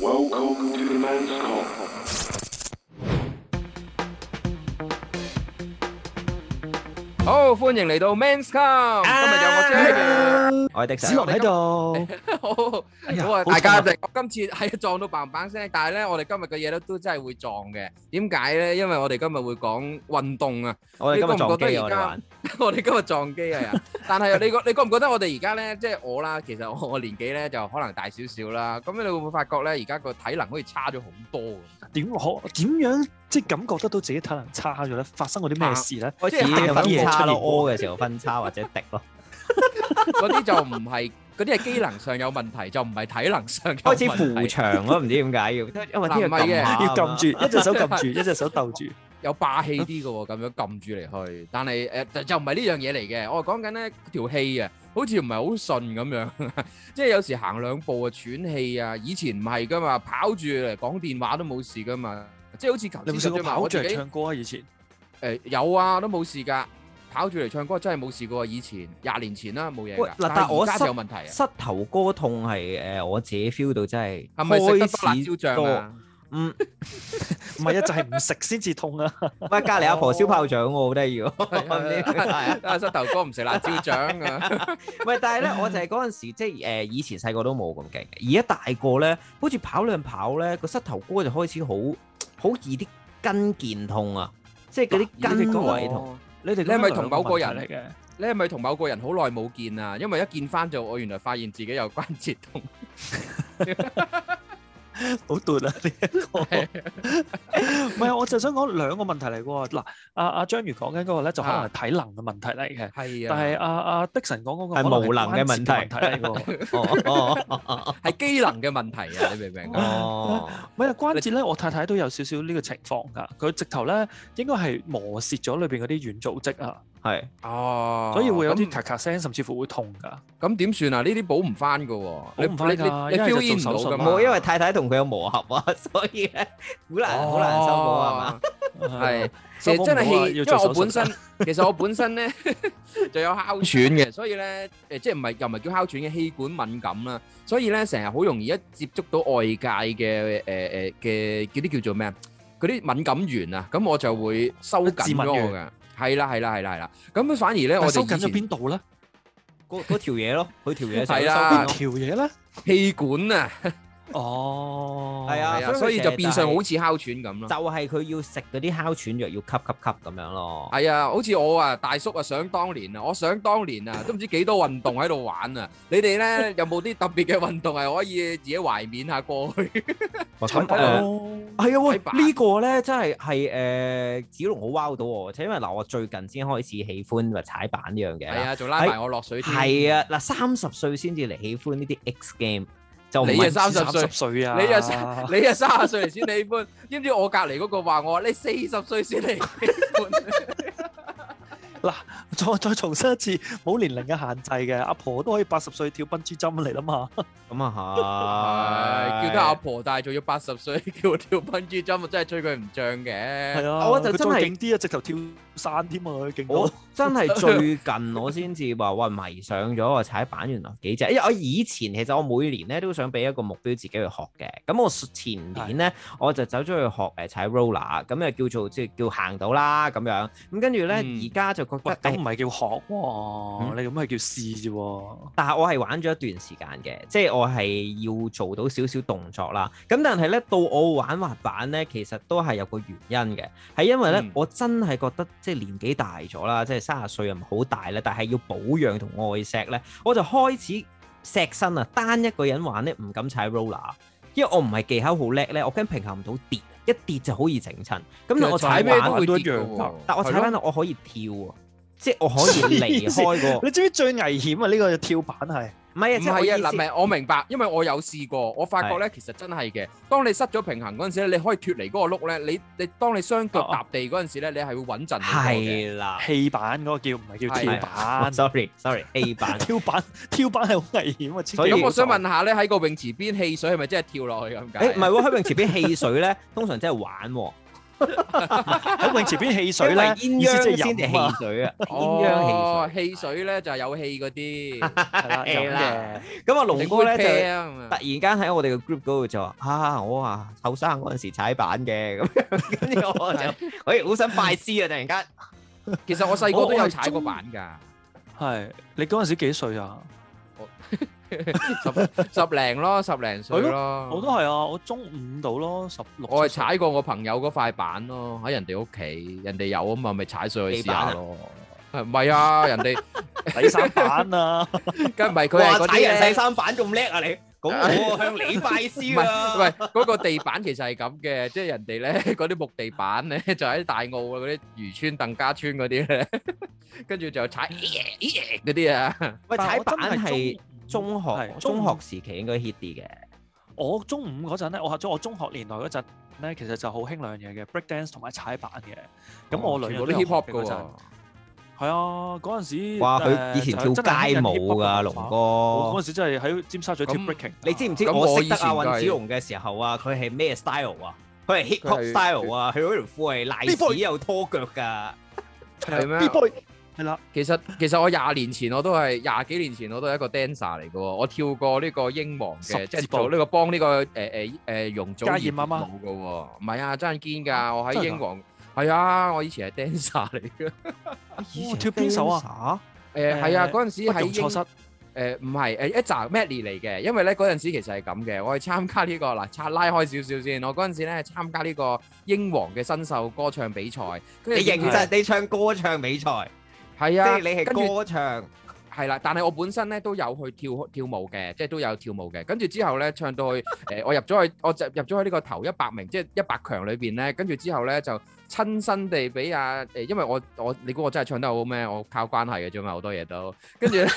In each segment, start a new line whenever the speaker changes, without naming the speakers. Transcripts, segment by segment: Welcome to the man's call.
好，歡迎嚟到 Men's Come，今日有我 Jerry，
我係迪
子
神
龍，喺度，
好，
哎呀
好啊，
好
大家
慘啊
定今次 係撞到砰砰聲，但係咧，我哋今日嘅嘢咧都真係會撞嘅。點解咧？因為我哋今日會講運動啊，
我哋今日撞機
你覺唔
啊！我
覺得而家
哋玩，
我哋今日撞機 啊！但係你覺你覺唔覺得我哋而家咧，即係我啦，其實我我 年紀咧就可能大少少啦。咁你會唔會發覺咧，而家個體能好似差咗好多咁？
點可點樣即係感覺得到自己體能差咗咧？發生過啲咩事咧？
開
即係
始
有啲
分
嘢出
叉咯，
現
屙嘅時候分叉或者滴咯，
嗰啲就唔係， 嗰啲係機能上有問題，就唔係體能上有問
開
題。
始扶牆咯，唔知點解要，因為啲嘢
嗱唔係嘅
撳下
要
咁
撳
樣
住，一隻手撳住，一隻手鬥住。
有霸氣啲嘅喎，咁樣撳住嚟去，但係誒、呃就就唔係呢樣嘢嚟嘅，我係講緊咧條氣啊，好似唔係好順咁樣， 即係有時行兩步啊喘氣啊，以前唔係噶嘛，跑住嚟講電話都冇事噶嘛，即係好似
你有
頭
冇
先
試
咁樣，
過跑
我
住
自己
嚟
誒、
唱歌啊？以前
有啊，都冇事㗎，跑住嚟唱歌真係冇事過，以前廿年前啦冇嘢
喂
㗎
嗱，
但
但
係
我
而家
失
就有問題啊，
膝頭哥痛係誒呃我自己 feel 到真係
係咪食得多
開
辣椒
始
醬
多，
啊？
嗯，
唔係啊，就係唔食先至痛啊！
喂隔離阿婆燒炮仗喎，好得意喎， 唔知點解啊
啊，膝頭哥唔食辣椒醬啊，
喂，但係咧，我就係嗰陣時，即係誒、呃以前細個都冇咁勁嘅，而家大個咧，好似跑兩跑咧，個膝頭哥就開始好好易啲筋腱痛啊，即係嗰啲筋位痛。
哦
你哋
你係咪同某個人
嚟嘅？
你係咪同某個人好耐冇見啊？因為一見翻就我原來發現自己有關節痛，
好奪啊！ 呢一個唔係啊，我就想講兩個問題嚟嘅喎。嗱，阿阿章魚講緊嗰個咧，就可能係體能嘅問題嚟嘅。
係
但係啊阿阿迪神講嗰個
係
可能
無能嘅
關節
問題
嚟嘅喎。
哦哦哦
係機能嘅問題啊！你明唔明啊？
哦，
唔係啊，關節咧，我太太都有少少呢個情況㗎。佢直頭咧應該係磨蝕咗裏邊嗰啲軟組織啊，
係
哦，
所以會有啲
咁
咔咔聲，甚至乎會痛㗎。
咁點算啊？呢啲補唔翻噶喎，你
補唔返㗎
你你
一係就
feel in 唔
做
到
手術
㗎嘛？
冇，因為太太同佢有磨合啊， 所以咧好
哦
難好難修補啊嘛。
係，其
收
實
工
真
唔好啊
係氣，因
要
為
做
我
手
本
術
身
啊。
其實我本身咧 就有哮喘嘅，所以咧誒即係唔係又唔係叫哮喘嘅氣管敏感啦，所以咧成日好容易一接觸到外界嘅誒誒嘅嗰啲叫做咩啊？嗰啲敏感源啊，咁我就會收緊
致
咗
敏
我
源
㗎。係啦係啦係啦係啦，咁反而咧我
但收
哋
緊
以
咗
前
邊度咧？
嗰嗰條嘢咯，佢條嘢就
係啊啦
邊
收緊
條嘢咧？
氣管啊，
哦，
係啊
係啊，
所以
所以就
成日
變相
就係
好似哮喘咁咯。
咯就係佢要食嗰啲哮喘藥要吸吸吸咁樣咯。
係啊，好似我啊，大叔啊，想當年啊，我想當年啊，都唔知幾多運動喺度玩啊！你哋咧有冇啲特別嘅運動係可以自己懷緬下過去？
咁誒
係咯
係啊，
睇
喂，
版
呢個咧真係係誒子龍好 wow 到我，因為嗱，我最近先開始喜歡話踩板呢樣嘢
係
啦。
啊，仲拉埋我落水添。
係啊，嗱，三十歲先至嚟喜歡呢啲 X game，就唔
你啊
係
30歲
30歲啊，
你啊三你啊三十歲嚟先喜歡，知唔知我隔離嗰個話我你四十歲先嚟喜歡？
再再重申一次，冇年齡嘅限制嘅，阿婆都可以八十歲跳笨豬針嚟啦嘛。
咁啊
係
係，
叫得阿婆，但係仲要八十歲 叫我跳笨豬針，我真係吹佢唔漲嘅。
係啊，
我就
佢
真
再
係
勁啲啊，直頭跳山添啊，佢勁
我
到。
真係最近我先至話哇迷上咗啊踩板原來幾正，因為我以前其實我每年咧都想俾一個目標自己去學嘅，咁我前年咧我就走咗去學誒踩 roller，咁又叫做即係叫行到啦咁樣，咁跟住咧
嗯
而家就覺
喂，
得
咁
誒
唔係叫學喎，你咁係叫試啫喎。
但係我係玩咗一段時間嘅，即係我係要做到少少動作啦。咁但係咧，到我玩滑板咧，其實都係有個原因嘅，係因為咧，
嗯
我真係覺得即係年紀大咗啦，即係三十歲又唔好大啦，但係要保養同愛錫咧，我就開始錫身啊，單一個人玩咧唔敢踩 roller，因為我唔係技巧好叻咧，我驚平衡唔到跌，一跌就好易整親。咁我踩
其實咩
板
都，會
都
跌
一樣
嘅喎
㗎，
但我踩板我可以跳啊，即係我可以離開個。
你知唔知最危險啊？呢個跳板係
唔係啊，
唔
即係我意
係啊，嗱，
思
唔。係我明白，因為我有試過，我發覺咧其實真係嘅。當你失咗平衡嗰陣時咧，你可以脱離嗰個碌咧，你你當你雙腳踏地嗰陣時咧，你係會穩陣好多嘅。
係啦
氣板嗰個叫，唔係叫
係
跳板。
，sorry sorry A 版，
跳板跳板係好危險啊！千祈
所以
咁我想問下咧，喺個泳池邊汽水係咪真係跳落去咁解？啊
誒唔係喎，喺泳池邊汽水咧，通常真係玩喎，
喺泳池邊汽水
因為
咧，
鸳
意思即
鸯
係
先係
飲啊，
汽水啊，鸳
哦
鸯，汽
汽
水。
水咧就係有氣嗰啲，
係啦，飲嘅。
咁啊，龍
整
哥咧
杯
就。
啤啊咁
突
啊，
然間喺我哋嘅 group 嗰度就話啊，我啊後生嗰陣時踩板嘅咁樣，跟住我就喂好想拜師啊！突然間
其實我細個都
我
有
係
踩過
中
板㗎，
係你嗰陣時幾歲啊？
十十零咯，十零歲咯，
我都係啊，我中五到咯，十六。
我係踩過我朋友嗰塊板咯，喺人哋屋企，人哋有啊嘛，咪踩上去試下
à.
咯。係唔係啊？人哋
底衫板啊，
梗唔係佢係
哇
嗰
踩人
啲
細
咧
三板咁叻啊你，咁我向你拜 師啊！
唔係嗰個地板其實係咁嘅，即係人哋咧 嗰啲木地板咧 就喺大澳啊嗰啲漁村、鄧家村嗰啲咧， 跟住就踩嗰啲啊，
喂，
但
踩
係我真
板係
中
中學
係
中學
中
時期應該 hit 啲嘅，
我中五嗰陣咧，我中我中學年代嗰陣咧，其實就好興兩樣嘢嘅，break dance 同埋踩板嘅。咁我兩
哦全部
樣都
都
有
hip hop
學嘅嗰
㗎
陣
喎。
係啊，嗰陣時
哇！
誒
佢以前
就
跳
真係
街
興緊
舞啊㗎，
hip-hop 嘅
龍
文化我
哥
嗰。陣時真係喺尖沙咀跳
咁
breaking，
你知唔知
咁
我
我
識得阿
以前就
尹
係
子龍嘅時候啊，佢係咩 style à? 啊？佢係 hip
佢
hop
係
style à? 啊，佢嗰條褲係
呢
賴
塊
屎又拖腳㗎。
係咩
B-boy 係啦，
其實其實我廿年前我都係廿幾年前我都係一個 dancer 嚟嘅喎，我跳過呢個英皇嘅，
十
即係
字步
做呢個幫呢個誒誒誒容祖
家
兒
燕媽媽
跳舞嘅喎，唔係啊，真係堅㗎，我
真
喺
係㗎
英皇係啊，我以前係 dancer 嚟嘅，
以前跳邊首
啊？
誒係啊，
誒
嗰陣時
不
喺
容錯
英
失。
誒呃唔係誒一紮 medley 嚟嘅，因為咧嗰陣時其實係咁嘅，我係參加呢、個嗱拆拉開少少先，我嗰陣時咧參加呢個英皇嘅新秀歌唱比賽，
你
跟住
認真，你唱歌唱比賽，
係
即
啊，
係你係
跟住
歌唱。
係啦，但係我本身咧都有去跳跳舞嘅，即係都有跳舞嘅。跟住之後咧，唱到 去誒、呃我入咗去，我就入咗去呢個頭一百名，即係一百強裏邊咧。跟住之後咧，就親身地俾阿誒，因為我我你估我真係唱得好咩？我靠關係嘅啫嘛，好多嘢都。跟 住呢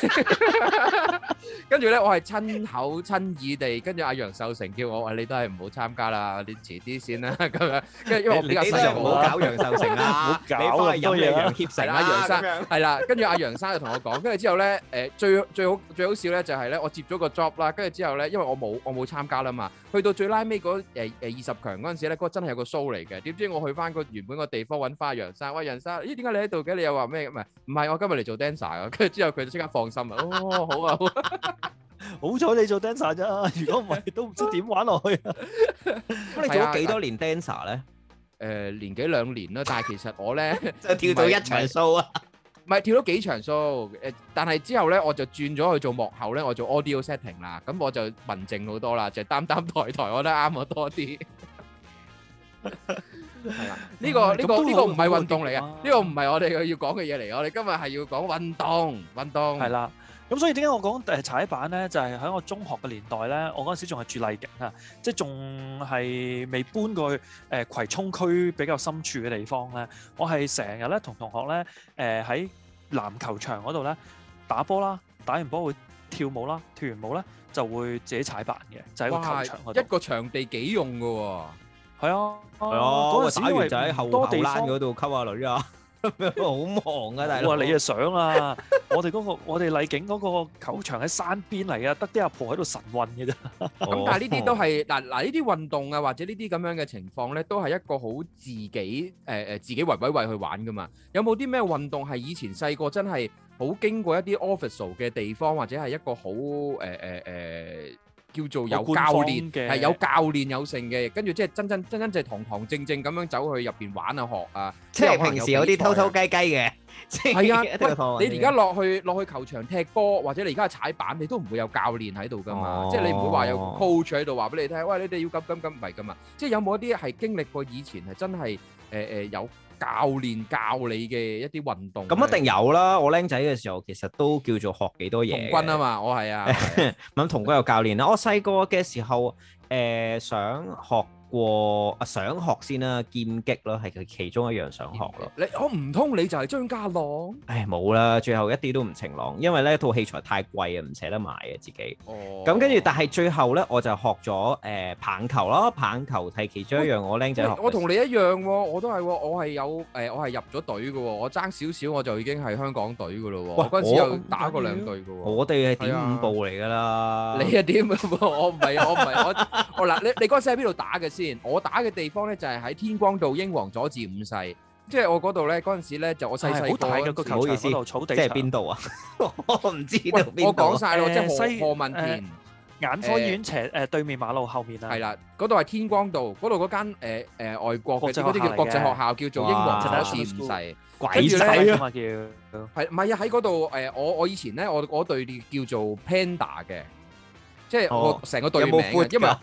跟住咧，我係親口親耳地跟住阿楊秀成叫我，喂你都係唔好參加啦，你遲啲先啦咁樣。跟住因為我比較
你
細
都係
都係
個
唔
唔
好
好
搞楊秀成啦，
唔好搞
你翻去
咁多
飲你
嘢啊
楊協成啦，
係啦
楊生
楊。係啦，跟住阿楊生就同我講，跟住之後咧，誒最最好最好笑咧就係咧，我接咗個 job 啦，跟住之後咧，因為我冇我冇參加啦嘛，去到最拉尾嗰誒誒二十強嗰陣時咧，嗰個真係有個 show 嚟嘅，點知我去翻個原本個地方揾翻阿楊生，喂楊生，咦點解你喺度嘅？你又話咩？唔係唔係，我今日嚟做 dancer 啊，跟住之後佢就即刻放心啦，哦好啊好啊，
好彩你做 dancer 啫， 如果唔係都唔知點玩落去啊。
咁你做咗幾多年 dancer 咧？
誒年幾兩年啦，但係其實我咧。
就跳到一場 show 啊！
唔係跳咗幾場 show，誒，但係之後咧我就轉咗去做幕後咧，我做 audio setting 啦，咁我就文靜好多啦，就擔擔抬抬，我覺得啱我多啲。係啦，呢個呢個呢個唔係運動嚟嘅，
啊
呢個唔係我哋要講嘅嘢嚟，我哋今日係要講運動，運動
係啦。咁所以點解我講誒踩板咧？就係、喺我中學嘅年代咧，我嗰陣時仲係住麗景啊，即係仲係未搬過去誒、葵涌區比較深處嘅地方咧。我係成日咧同同學咧誒喺籃球場嗰度咧打波啦，打完波會跳舞啦，跳完舞咧就會自己踩板嘅，就喺個
哇，
球場嗰度
一。個場地幾用嘅喎，
係啊，
係啊，
嗰陣時
打
因
完
為
就喺後
多
後
地方
欄嗰度溝下女 啊，好忙啊大佬。
哇！你啊 想啦，我哋嗰、個我哋麗景嗰個球場喺山邊嚟啊，得啲阿婆喺度晨運嘅啫。哦
咁但係呢啲都係嗱嗱呢啲運動啊，或者呢啲咁樣嘅情況咧，都係一個好自己誒誒、呃自己圍圍圍去玩噶嘛。有冇啲咩運動係以前細個真係好經過一啲 official 嘅地方，或者係一個好誒誒誒叫做有
好官
教
方
練
嘅
係有教練有成嘅，跟住即係真真真真正堂堂正正咁樣走去入邊玩啊學啊。
即係平時有啲偷偷
雞。
雞雞嘅，即
係啊
一定要放
你而家落去落去球場踢波，或者你而家去踩板，你都唔會有教練喺度噶嘛，
哦
即係你唔會話有個 coach 喺度話俾你聽，喂，你哋要咁咁咁，唔係噶嘛。即係有冇一啲係經歷過以前係真係誒誒有教練教你嘅一啲運動咧？
咁一定有啦！我僆仔嘅時候其實都叫做學幾多嘢嘅。
童軍啊嘛，我係啊，
咁同嗰個教練啦。我細個嘅時候，誒、ờ, 想學過啊，想學先啦，劍擊咯，係佢其中一樣想學咯。
你我唔通你就係張家朗？哦，
唉，冇啦，最後一啲都唔晴朗，因為呢套器材太貴啊，唔捨得買啊自己。咁
咁
跟住，但係最後呢，我就學咗誒、棒球咯，棒球係其中一樣我僆仔學嘅。
我同你一樣喎，我都係喎，我係有誒，我係入咗隊嘅喎，我爭少少我就已經係香港隊嘅咯喎，我嗰陣時
我
有打過兩隊嘅喎。
我哋係
係
點
啊
五步嚟㗎啦。
你啊點啊？我唔係啊，我唔係我我嗱，你你嗰陣時喺邊度打嘅先，我打嘅地方咧就係喺天光道英皇佐治五世，即係我嗰度咧嗰陣時咧就我細細
係好大嘅個
個
球場
唔好意思
嗰度草地
即係
場，
邊度啊？我唔知道
喂
邊
我
度
講
啊。
晒咯，即係
誒西
何何文田
眼科醫院斜誒對面馬路後面啊
係，啦，嗰度係天光道，嗰度嗰間誒誒外國
國
嘅
際
嗰啲
學
叫
校嚟
國際
嘅
學校，叫做英皇
哇
佐治五世。
鬼
跟
睇
住呢
仔
仔
啊！
啊嘛叫。
係唔係啊？喺嗰度誒，我我以前咧，我我隊叫做 Panda 嘅，即係我
哦
成個
有
隊名
冇
啊，
闊
因為
㗎？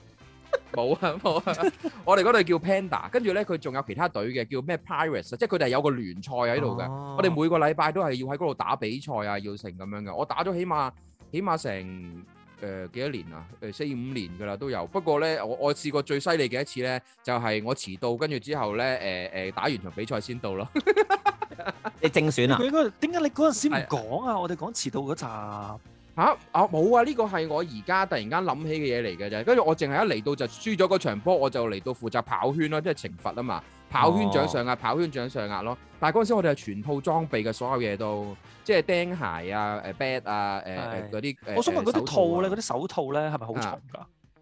冇啊 冇啊，我哋嗰隊叫 Panda，跟住咧佢仲有其他隊嘅叫咩 Pirates，啊即係佢哋有個聯賽喺度嘅。
哦
我哋每個禮拜都係要喺嗰度打比賽啊，要成咁樣嘅。我打咗起碼起碼成誒、呃、幾多年啊？誒四五年㗎啦都有。不過咧，我我試過最犀利嘅一次咧，就係、我遲到，跟住之後咧誒誒打完場比賽先到咯。
你正選啊
佢？應該點解你嗰陣時唔
係
講啊？我哋講遲到嗰集。
吓啊冇啊！呢個係我而家突然間諗起嘅嘢嚟嘅啫。跟住我淨係一嚟到就輸咗嗰場波，我就嚟到負責跑圈咯，即係懲罰啊嘛。跑圈掌上壓，跑圈掌上壓咯。但係嗰陣時我哋係全套裝備嘅，所有嘢都即係釘鞋啊、誒 bat 啊、誒誒
係
嗰啲。誒
我想問嗰啲套咧，嗰
誒
啲手套咧係咪好重㗎？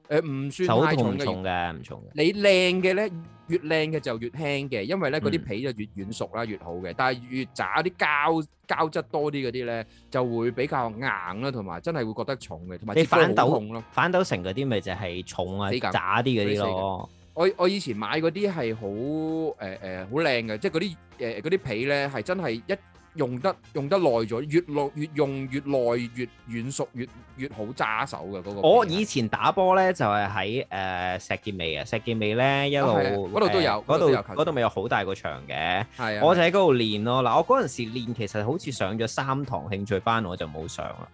誒唔
手
算
套
太
唔
重嘅。
重嘅，唔重嘅。
你靚嘅咧，越靚嘅就越輕嘅，因為咧嗰
嗯
啲皮就越軟熟啦，越好嘅。但係越渣啲膠膠質多啲嗰啲咧，就會比較硬啦，同埋真係會覺得重嘅，同埋
你
接觸好
反斗
痛咯。
反斗城嗰啲咪就係重啊、
死梗
渣啲嗰啲咯。
我我以前買嗰啲係好誒誒好靚嘅，即係嗰啲誒嗰啲皮咧係真係一用得用得耐咗，越落越用越耐越軟熟越越好揸手嘅嗰、個皮啊係。
我以前打波咧就係喺誒石硤尾啊，石硤尾咧一路
啊係啊嗰度都有
誒
嗰度
嗰
都有
度嗰度咪有好大個場嘅。
係啊，
我就喺嗰度練咯。嗱，我嗰陣時練其實好似上咗三堂興趣班，我就冇上啦。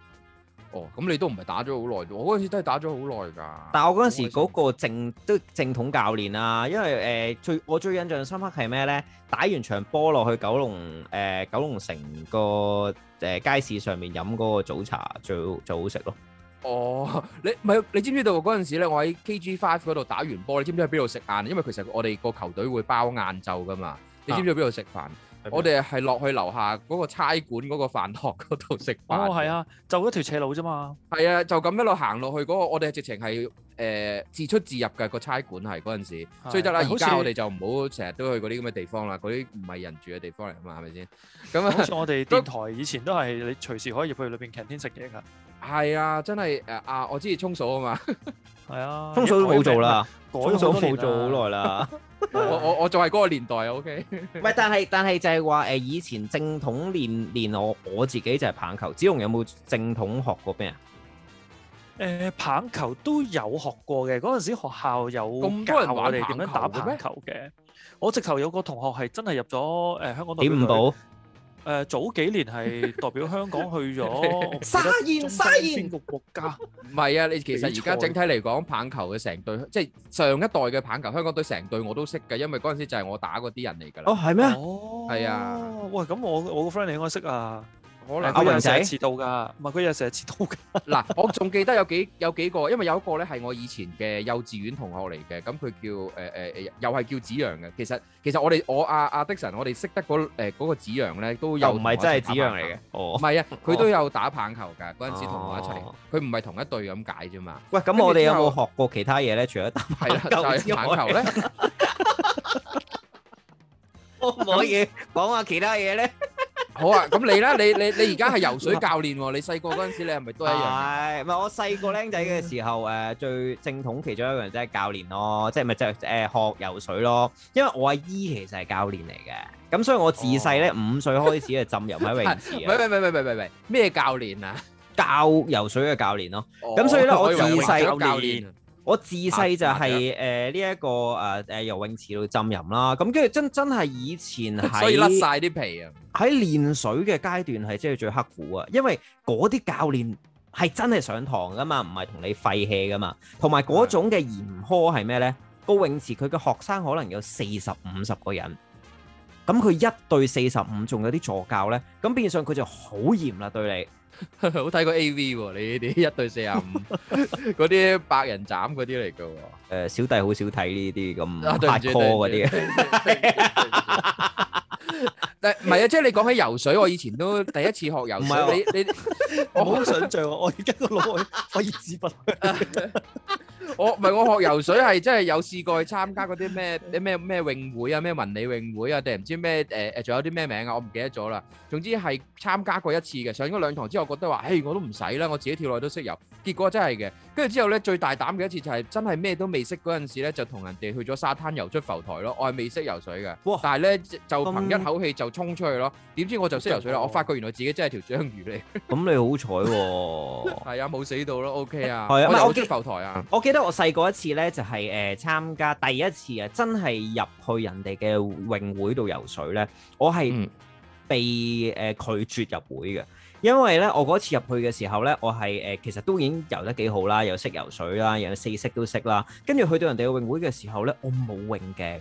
哦咁你都唔係打咗好耐啫，我嗰陣時都係打咗好耐㗎。
但我嗰陣時
好開心
嗰個正都正統教練啊，因為誒、呃最我最印象深刻係咩咧？打完場波落去九龍誒、呃九龍城個誒、呃街市上面飲嗰個早茶最好最好食咯。
哦， 你唔係你知唔知道嗰陣時咧？我喺 KG Five 嗰度打完波，你知唔知喺邊度食晏？因為其實我哋個球隊會包晏晝噶嘛。你知唔知喺邊度食飯？我哋係落去樓下嗰個差館嗰個飯堂嗰度食飯。
哦，係，啊，就嗰條斜路啫嘛。
係啊，就咁一路行落去嗰個，我哋係直情係誒自出自入嘅個差館係嗰陣時，所以得啦。
係
而
好
家
似
我哋就唔好成日都去嗰啲咁嘅地方啦，嗰啲唔係人住嘅地方嚟啊嘛，係咪先？咁啊
好。似我哋電台以前都係你隨時可以入去裏邊 canteen 食嘢㗎。
係啊，真係誒啊！我知沖數啊 嘛，
係啊，
通數都冇做啦，
改
通
啊
咗
數
好
都
多
冇
年啦，
做好耐 啦。
我我
哦
我就係嗰個年代啊，OK。
唔係，但係但係就係話誒，呃以前正統練練我我自己就係棒球。子龍有冇正統學過咩啊？
誒棒球都有學過嘅，嗰陣時學校有
咁
教
多人玩
我哋點樣打
棒球嘅咩
棒球嘅。我直頭有個同學係真係入咗誒香港代
點
表
五
隊。
步？
誒早幾年係代表香港 去咗我唔記得
沙燕
中西
沙燕
邊個國家？
唔係啊！你其實而
比賽
家整體嚟講，棒球嘅成隊，即係上一代嘅棒球香港隊成隊我都識嘅，因為嗰陣時就係我打嗰啲人嚟㗎
哦，
啦。
係咩？
哦，
係啊
喂，咁我我個 friend 你應該識啊，
可
誒
能
阿
佢
榮
又成
仔
日遲到㗎，唔係佢又成日遲到 㗎。
嗱，我仲記得有幾有幾個，因為有一個咧係我以前嘅幼稚園同學嚟嘅，咁佢叫誒誒誒，又係叫子陽嘅。其實其實我哋我阿阿 Dixon，我哋識得嗰誒嗰個子陽咧，都有
又唔係真係子陽嚟嘅。
同我一齊打棒球。唔
哦，
係啊，佢都有打棒球㗎。嗰陣時同我一齊
哦，
佢唔係同一隊咁解啫 嘛。
喂，
跟
咁
住
我哋有
之後
冇學過其他嘢咧？除咗打
係啦，就
棒球之
係
外
棒球咧。
可唔可以講下其他嘢咧？
好啊，咁你啦，你你你而家係游水教練喎，你細個嗰陣時你係咪都係一樣？嗯
係，唔係我細個僆仔嘅時候，誒、最正統其中一樣即係教練咯，即係咪即係誒學游水咯？因為我阿姨其實係教練嚟嘅，咁所以我自細咧、五歲開始就浸入喺泳池
哦 唔
啊，
係唔係唔係唔係唔係咩教練啊？
教游水嘅教練咯。
咁
所以咧我
以為
自細
泳手教練
我自細就
啊麻
係誒呢一個誒誒游泳池度浸淫啦，咁跟住真真係以前
所以甩
喺
晒啲皮啊！
喺練水嘅階段係真係最刻苦啊，因為嗰啲教練係真係上堂噶嘛，唔係同你廢氣噶嘛，同埋嗰種嘅嚴苛係咩呢？個泳池佢嘅學生可能有四十五十個人，咁佢一對四十五，仲有啲助教呢，咁變相佢就好嚴啦對你。
好睇過 A V 喎，你 哋一對四啊五， 嗰啲百人斬嗰啲嚟㗎喎。
誒、小弟好少睇呢啲
啊，
咁
對唔
hard
住
core 嗰啲。
啲。 但唔係啊，即係你講起游水，我以前都第一次學游
唔係啊
水。你你
我好想象啊！我而家個腦可以揮之不去。
我唔係我學游水係真係有試過去參加嗰啲咩啲咩咩泳會啊，咩文理泳會啊，定係唔知咩誒誒，仲有啲咩名啊，我唔記得咗啦。總之係參加過一次嘅，上咗兩堂之後覺得話，誒我都唔使啦，我自己跳落去都識游。結果真係嘅，跟住之後咧最大膽嘅一次就係真係咩都未識嗰陣時咧，就同人哋去咗沙灘游出浮台咯。我係未識游水嘅
哇，
但係咧就就
咁
憑一口氣就衝出去咯。點知我就識游水啦，我發覺原來自己真係條章魚嚟，
咁你好彩喎！
係啊冇死到咯，OK 啊，
係啊唔係
我
我
游
記
出浮台啊。
我記得我細個一次呢，就係、誒、參加第一次啊，真係入去人哋嘅泳會度游水呢。我係
嗯
被誒、拒絕入會嘅，因為呢，我嗰次入去嘅時候呢，我係誒、其實都已經游得幾好啦，又識游水啦，又四式都識啦，跟住去到人哋嘅泳會嘅時候呢，我冇泳鏡，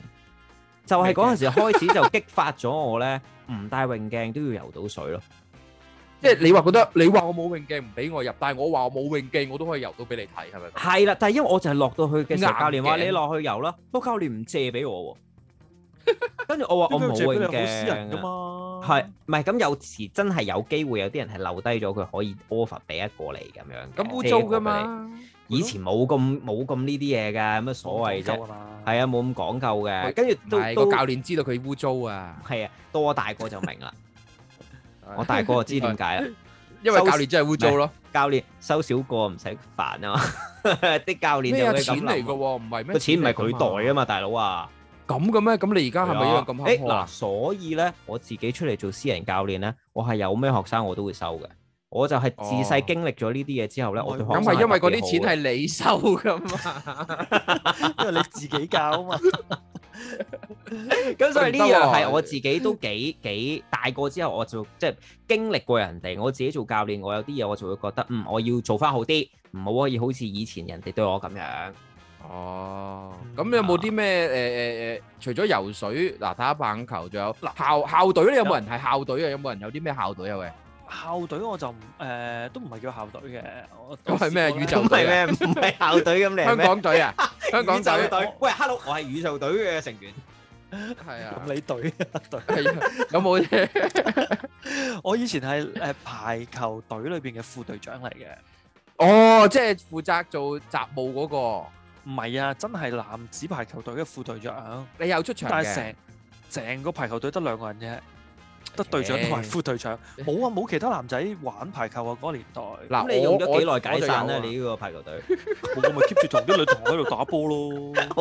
就係嗰陣時開始就激發咗我呢，唔戴泳鏡都要游到水咯。
即係你話覺得你話我冇泳鏡唔俾我入，但係我話我冇泳鏡我都可以游到俾你睇，係咪？
係啦，但係因為我就係落到去嘅時候，
硬
教練話
頸
你落去游啦，個教練唔借 俾我喎。跟住我話我冇
借俾你
泳
好私人
鏡
噶
啊，
嘛，
係唔係咁有時真係有機會有啲人係留低咗，佢可以 offer 俾一個你咁樣嘅。
咁污糟
借一個
㗎
俾
嘛？
你？以前冇咁冇咁呢啲嘢㗎，有乜所謂啫
講？究啊嘛，
係啊，冇咁講究嘅。
喂
跟住
唔係
都
個
都
教練知道佢污糟啊，
係啊，到我大個 就明啦。我大個就知點解啦。
因為
收
教練真係污糟咯，
教練收少個唔使煩啊嘛， 啲教練
咩
就
啊
會
錢
咁
嚟㗎
諗。
喎，唔係咩？
個錢唔係佢袋啊
啊，
嘛，大佬啊！
咁嘅咩？咁你而家係咪一樣咁
誒
坎坷
嗱，
啊？
所以咧，我自己出嚟做私人教練咧，我係有咩學生我都會收嘅。我就係自細
哦
經歷咗呢啲嘢之後咧，我對學
咁
生
係
係因為嗰
特別
啲
好嘅
錢係你收㗎 嘛？
因為你自己教啊嘛，
咁所以呢
唔得
樣
喎
係我自己都幾 幾大個之後，我就即係經歷過人哋，我自己做教練，我有啲嘢我就會覺得，嗯，我要做翻好啲，唔好可以好似以前人哋對我咁樣。
哦，
嗯
咁有冇啲咩誒誒誒？除咗游水，嗱打棒球，仲有校校隊咧，有冇人係校隊啊？有冇人有啲咩校隊啊？喂，
校隊我就唔誒都唔係叫校隊嘅，我
咁係咩
我試過咧
宇宙就
咁係
隊
咩？唔係校隊咁你係
香
咩
港隊啊，香港
宇宙
隊
隊？喂，hello，我係宇宙隊嘅成員。
係啊，，
咁你隊 隊
係啊有冇啫？
我以前係誒排球隊裏邊嘅副隊長嚟嘅，
哦，即係負責做雜務嗰、
唔係啊，真係男子排球隊嘅副隊長，
個，你有出場
但係
嘅。
成成個排球隊得兩個人啫，得隊長同埋副隊長，冇啊冇其他男仔玩排球啊嗰個年代，嗱
嗱
咁你用
我
咗幾耐解散咧？
我就有啊
你呢個排球隊？
我咪 keep 住同啲女同學喺度打 波咯，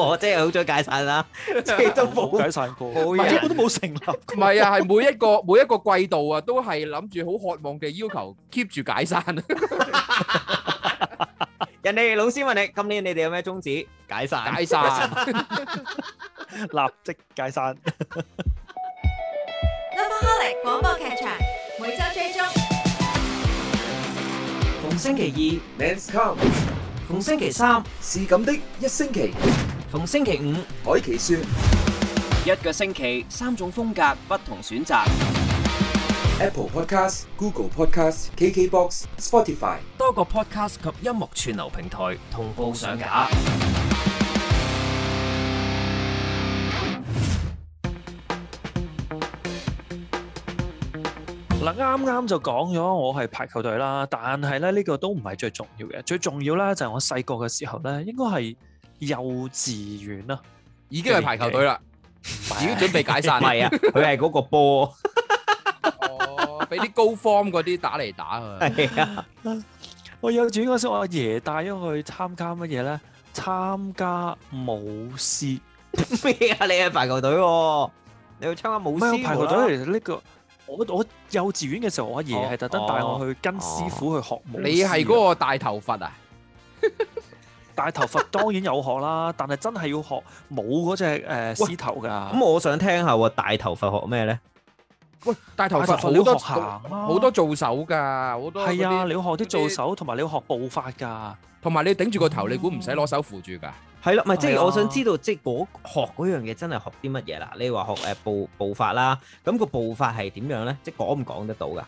我真係好早解散啦，即係都
冇
冇
解散過，
冇
唔
人
係根本都冇成立。
唔係啊，係每一個 每一個季度啊，都係諗住好渴望嘅要求 keep 住解散啊，
人哋老師問你今年你哋有咩宗旨？解散。
解 散。
立即解散。
Lovaholic 廣播劇場每周追蹤。
逢星期二 Men's Come，逢星期三
是咁的一星期，
逢星期五，
海奇說
一個星期三種風格不同選擇，
Apple Podcast、Google Podcast、KKBox、Spotify。
多個 podcast 及音樂串流平台同步上架。
嗱，啱啱就講咗我係排球隊啦，但係咧呢個都唔係最重要嘅，最重要咧就係我細個嘅時候咧，應該係幼稚園啊啦，
已經係排球隊啦，已經準備解
唔
散。
係啊，佢係嗰個波，
哦，俾啲高 form 嗰啲打嚟打啊。
係啊，
我幼稚園嗰時，我阿爺帶咗去參加乜嘢咧？參加舞獅，
咩啊？你係排球隊喎，你去參加舞
唔係
獅
我排球
啊
隊嚟呢、個。我我幼稚園嘅時候，我阿爺係特登帶我去跟師傅去學舞獅嘅。
哦你係嗰個大頭佛啊？
大頭髮當然有學啦，但係真係要學舞嗰隻誒獅頭㗎。
咁，我想聽下喎，大頭佛學咩咧？
喂，大頭佛
大
好
頭佛你要
多
學行啦
好多做手㗎，好多嗰
係啊，
啲
你要學啲
嗰
做
啲
手，同埋你要學步法㗎。
同埋你頂住個頭，你估唔使攞手扶住㗎？
係啦，唔係即
係
係
啊
我想知道，即係嗰學嗰樣嘢真係學啲乜嘢啦？你話學誒步步法啦，咁個步法係點樣咧？即係講唔講得到㗎？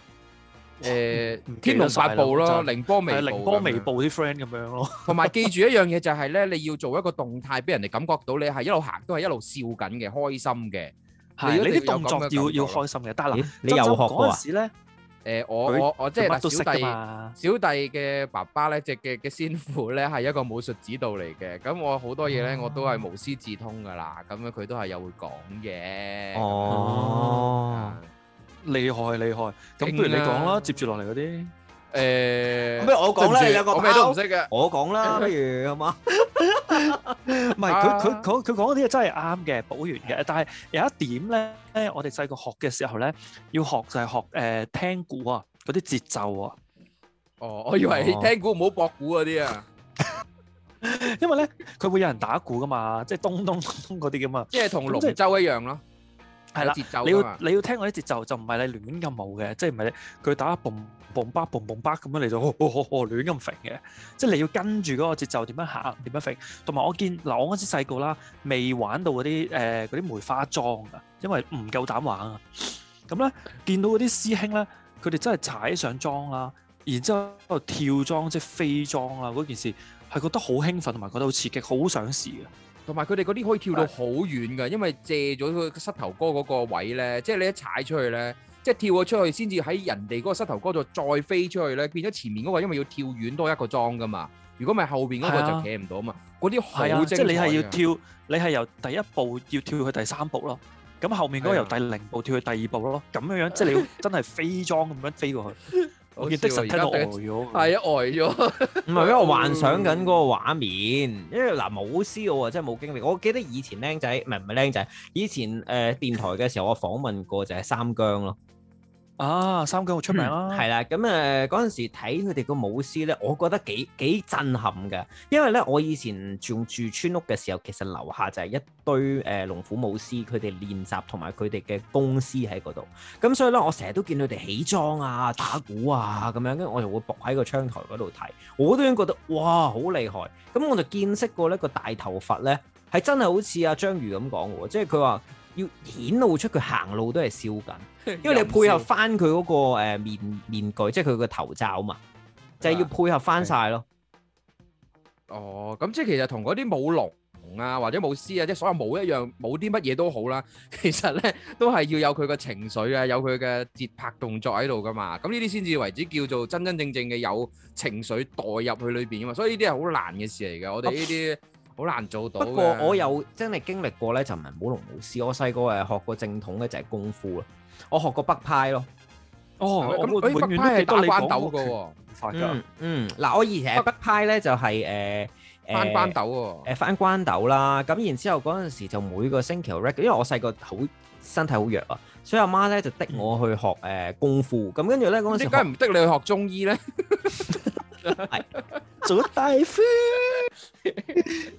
誒
唔記得，
天龍八
晒啦
部咯，
真
凌波微
係
步
凌波微
咁樣
步啲 friend 咁樣咯。
同埋記住一樣嘢就係咧，你要做一個動態，俾人哋感覺到你係一路行都係一路笑緊嘅，開心嘅。
係
你一定要有
你啲動作
咁嘅感
要
覺
要
咯
開心嘅。但係嗱，
咦你又學
真真
過
嗰
啊
陣？時咧，
誒我
佢
我我即係
乜都識
小
㗎
弟
嘛，
小弟嘅爸爸咧，即嘅嘅先父咧係一個武術指導嚟嘅，咁我好多嘢咧我都係無師自通噶啦，咁樣佢都係有會講嘅。
哦，
厲害厲害。
啊
咁不如你講啦，接住落嚟嗰 啲。
誒，咩
咁不如我講啦，有個
我咩都唔
包
識嘅。
我講 啦，不如好嘛？
唔係佢
啊
佢佢佢講嗰啲真係啱嘅，補完嘅。但係有一點咧，我哋細個學嘅時候咧，要學就係學誒、呃、聽鼓啊，嗰啲節奏啊。
哦，我以為你
哦
聽鼓唔好博鼓嗰啲啊，
因為咧佢會有人打鼓噶嘛，即係咚咚咚咚嗰啲噶嘛。
即係同
咁
龍
即係
舟一樣咯，
係
有
啦，
節奏
你
㗎
要
嘛。
你要聽嗰啲節奏，就唔係你亂咁舞嘅，即係唔係你佢打嘣嘣巴嘣嘣巴咁樣你就 哦哦哦哦亂咁揈嘅，即係你要跟住嗰個節奏點樣行點樣揈。同埋我見嗱，我嗰時細個啦，未玩到嗰啲誒嗰啲梅花樁啊，因為唔夠膽玩啊。咁咧見到嗰啲師兄咧，佢哋真係踩上樁啦，然之後喺度跳樁即係飛樁啦，啊嗰件事係覺得好興奮同埋覺得好刺激，好想試嘅。
同埋佢哋嗰啲可以跳到好遠㗎，因為借咗佢膝頭哥嗰個位咧，即係你一踩出去咧，即係跳咗出去先至喺人哋嗰個膝頭哥度再飛出去咧，變咗前面嗰個因為要跳遠多一個裝㗎嘛。如果唔係後邊嗰個
係
就
啊
企唔到啊嘛。嗰啲好
係啊，即
精
係你
彩
係
㗎
要跳，你係由第一步要跳去第三步咯。咁後面嗰個
係啊
由第零步跳去第二步咯。咁樣樣即係 你要真係飛裝咁樣飛過去。我見
好
的
笑啊
神聽到
而
呆
家
咗。
係啊， 呆咗。
唔係，因為我幻想緊嗰個畫面，因為嗱舞獅我啊真係冇經歷。我記得以前僆仔，唔係唔係僆仔，以前誒、呃、電台嘅時候，我訪問過就係三姜咯，
啊，三九好出名啦。
係啦、咁誒呃嗰陣時睇佢哋個舞獅咧，我覺得幾幾震撼㗎，因為咧我以前仲住村屋嘅時候，其實樓下就係一堆誒、呃、龍虎舞獅，佢哋練習同埋佢哋嘅公獅喺嗰度。咁所以咧，我成日都見佢哋起裝啊、打鼓啊咁樣，跟住我就會伏喺個窗台嗰度睇，我都已經覺得哇好厲害。咁我就見識過呢個大頭佛咧，係真係好似阿章魚咁講嘅喎，即係佢話要顯露出佢行路都係笑緊，因為你配合翻佢嗰個誒面面具，即係佢個頭罩嘛，就係、要配合翻晒咯。
哦，咁即係其實同嗰啲舞龍啊，或者舞獅啊，即係所有舞一樣，冇啲乜嘢都好啦。其實咧，都係要有佢嘅情緒啊，有佢嘅節拍動作喺度噶嘛。咁呢啲先至為之叫做真真正正嘅有情緒代入去裏邊啊嘛。所以呢啲係好難嘅事嚟嘅，我哋呢啲好難做到嘅。
不過我又真係經歷過咧，就唔係舞龍舞獅，我細個誒學過正統嘅就係功夫咯，我學過北派咯。
哦，
咁
我
咁
永
北
遠
派
都
係
記
打
得你
關
講
鬥
過
嘅
拳
喎，
法㗎。
嗯嗯，嗱，我以前喺北派咧就係誒
翻
誒
關鬥喎。
誒翻關斗啦，咁然之後嗰陣時就每個星期有 reg，因為我細個好身體好弱啊，所以阿媽咧就逼我去學誒、呃功夫，咁跟住咧嗰陣時
點解
學
唔逼你去學中醫咧？
做咗大夫，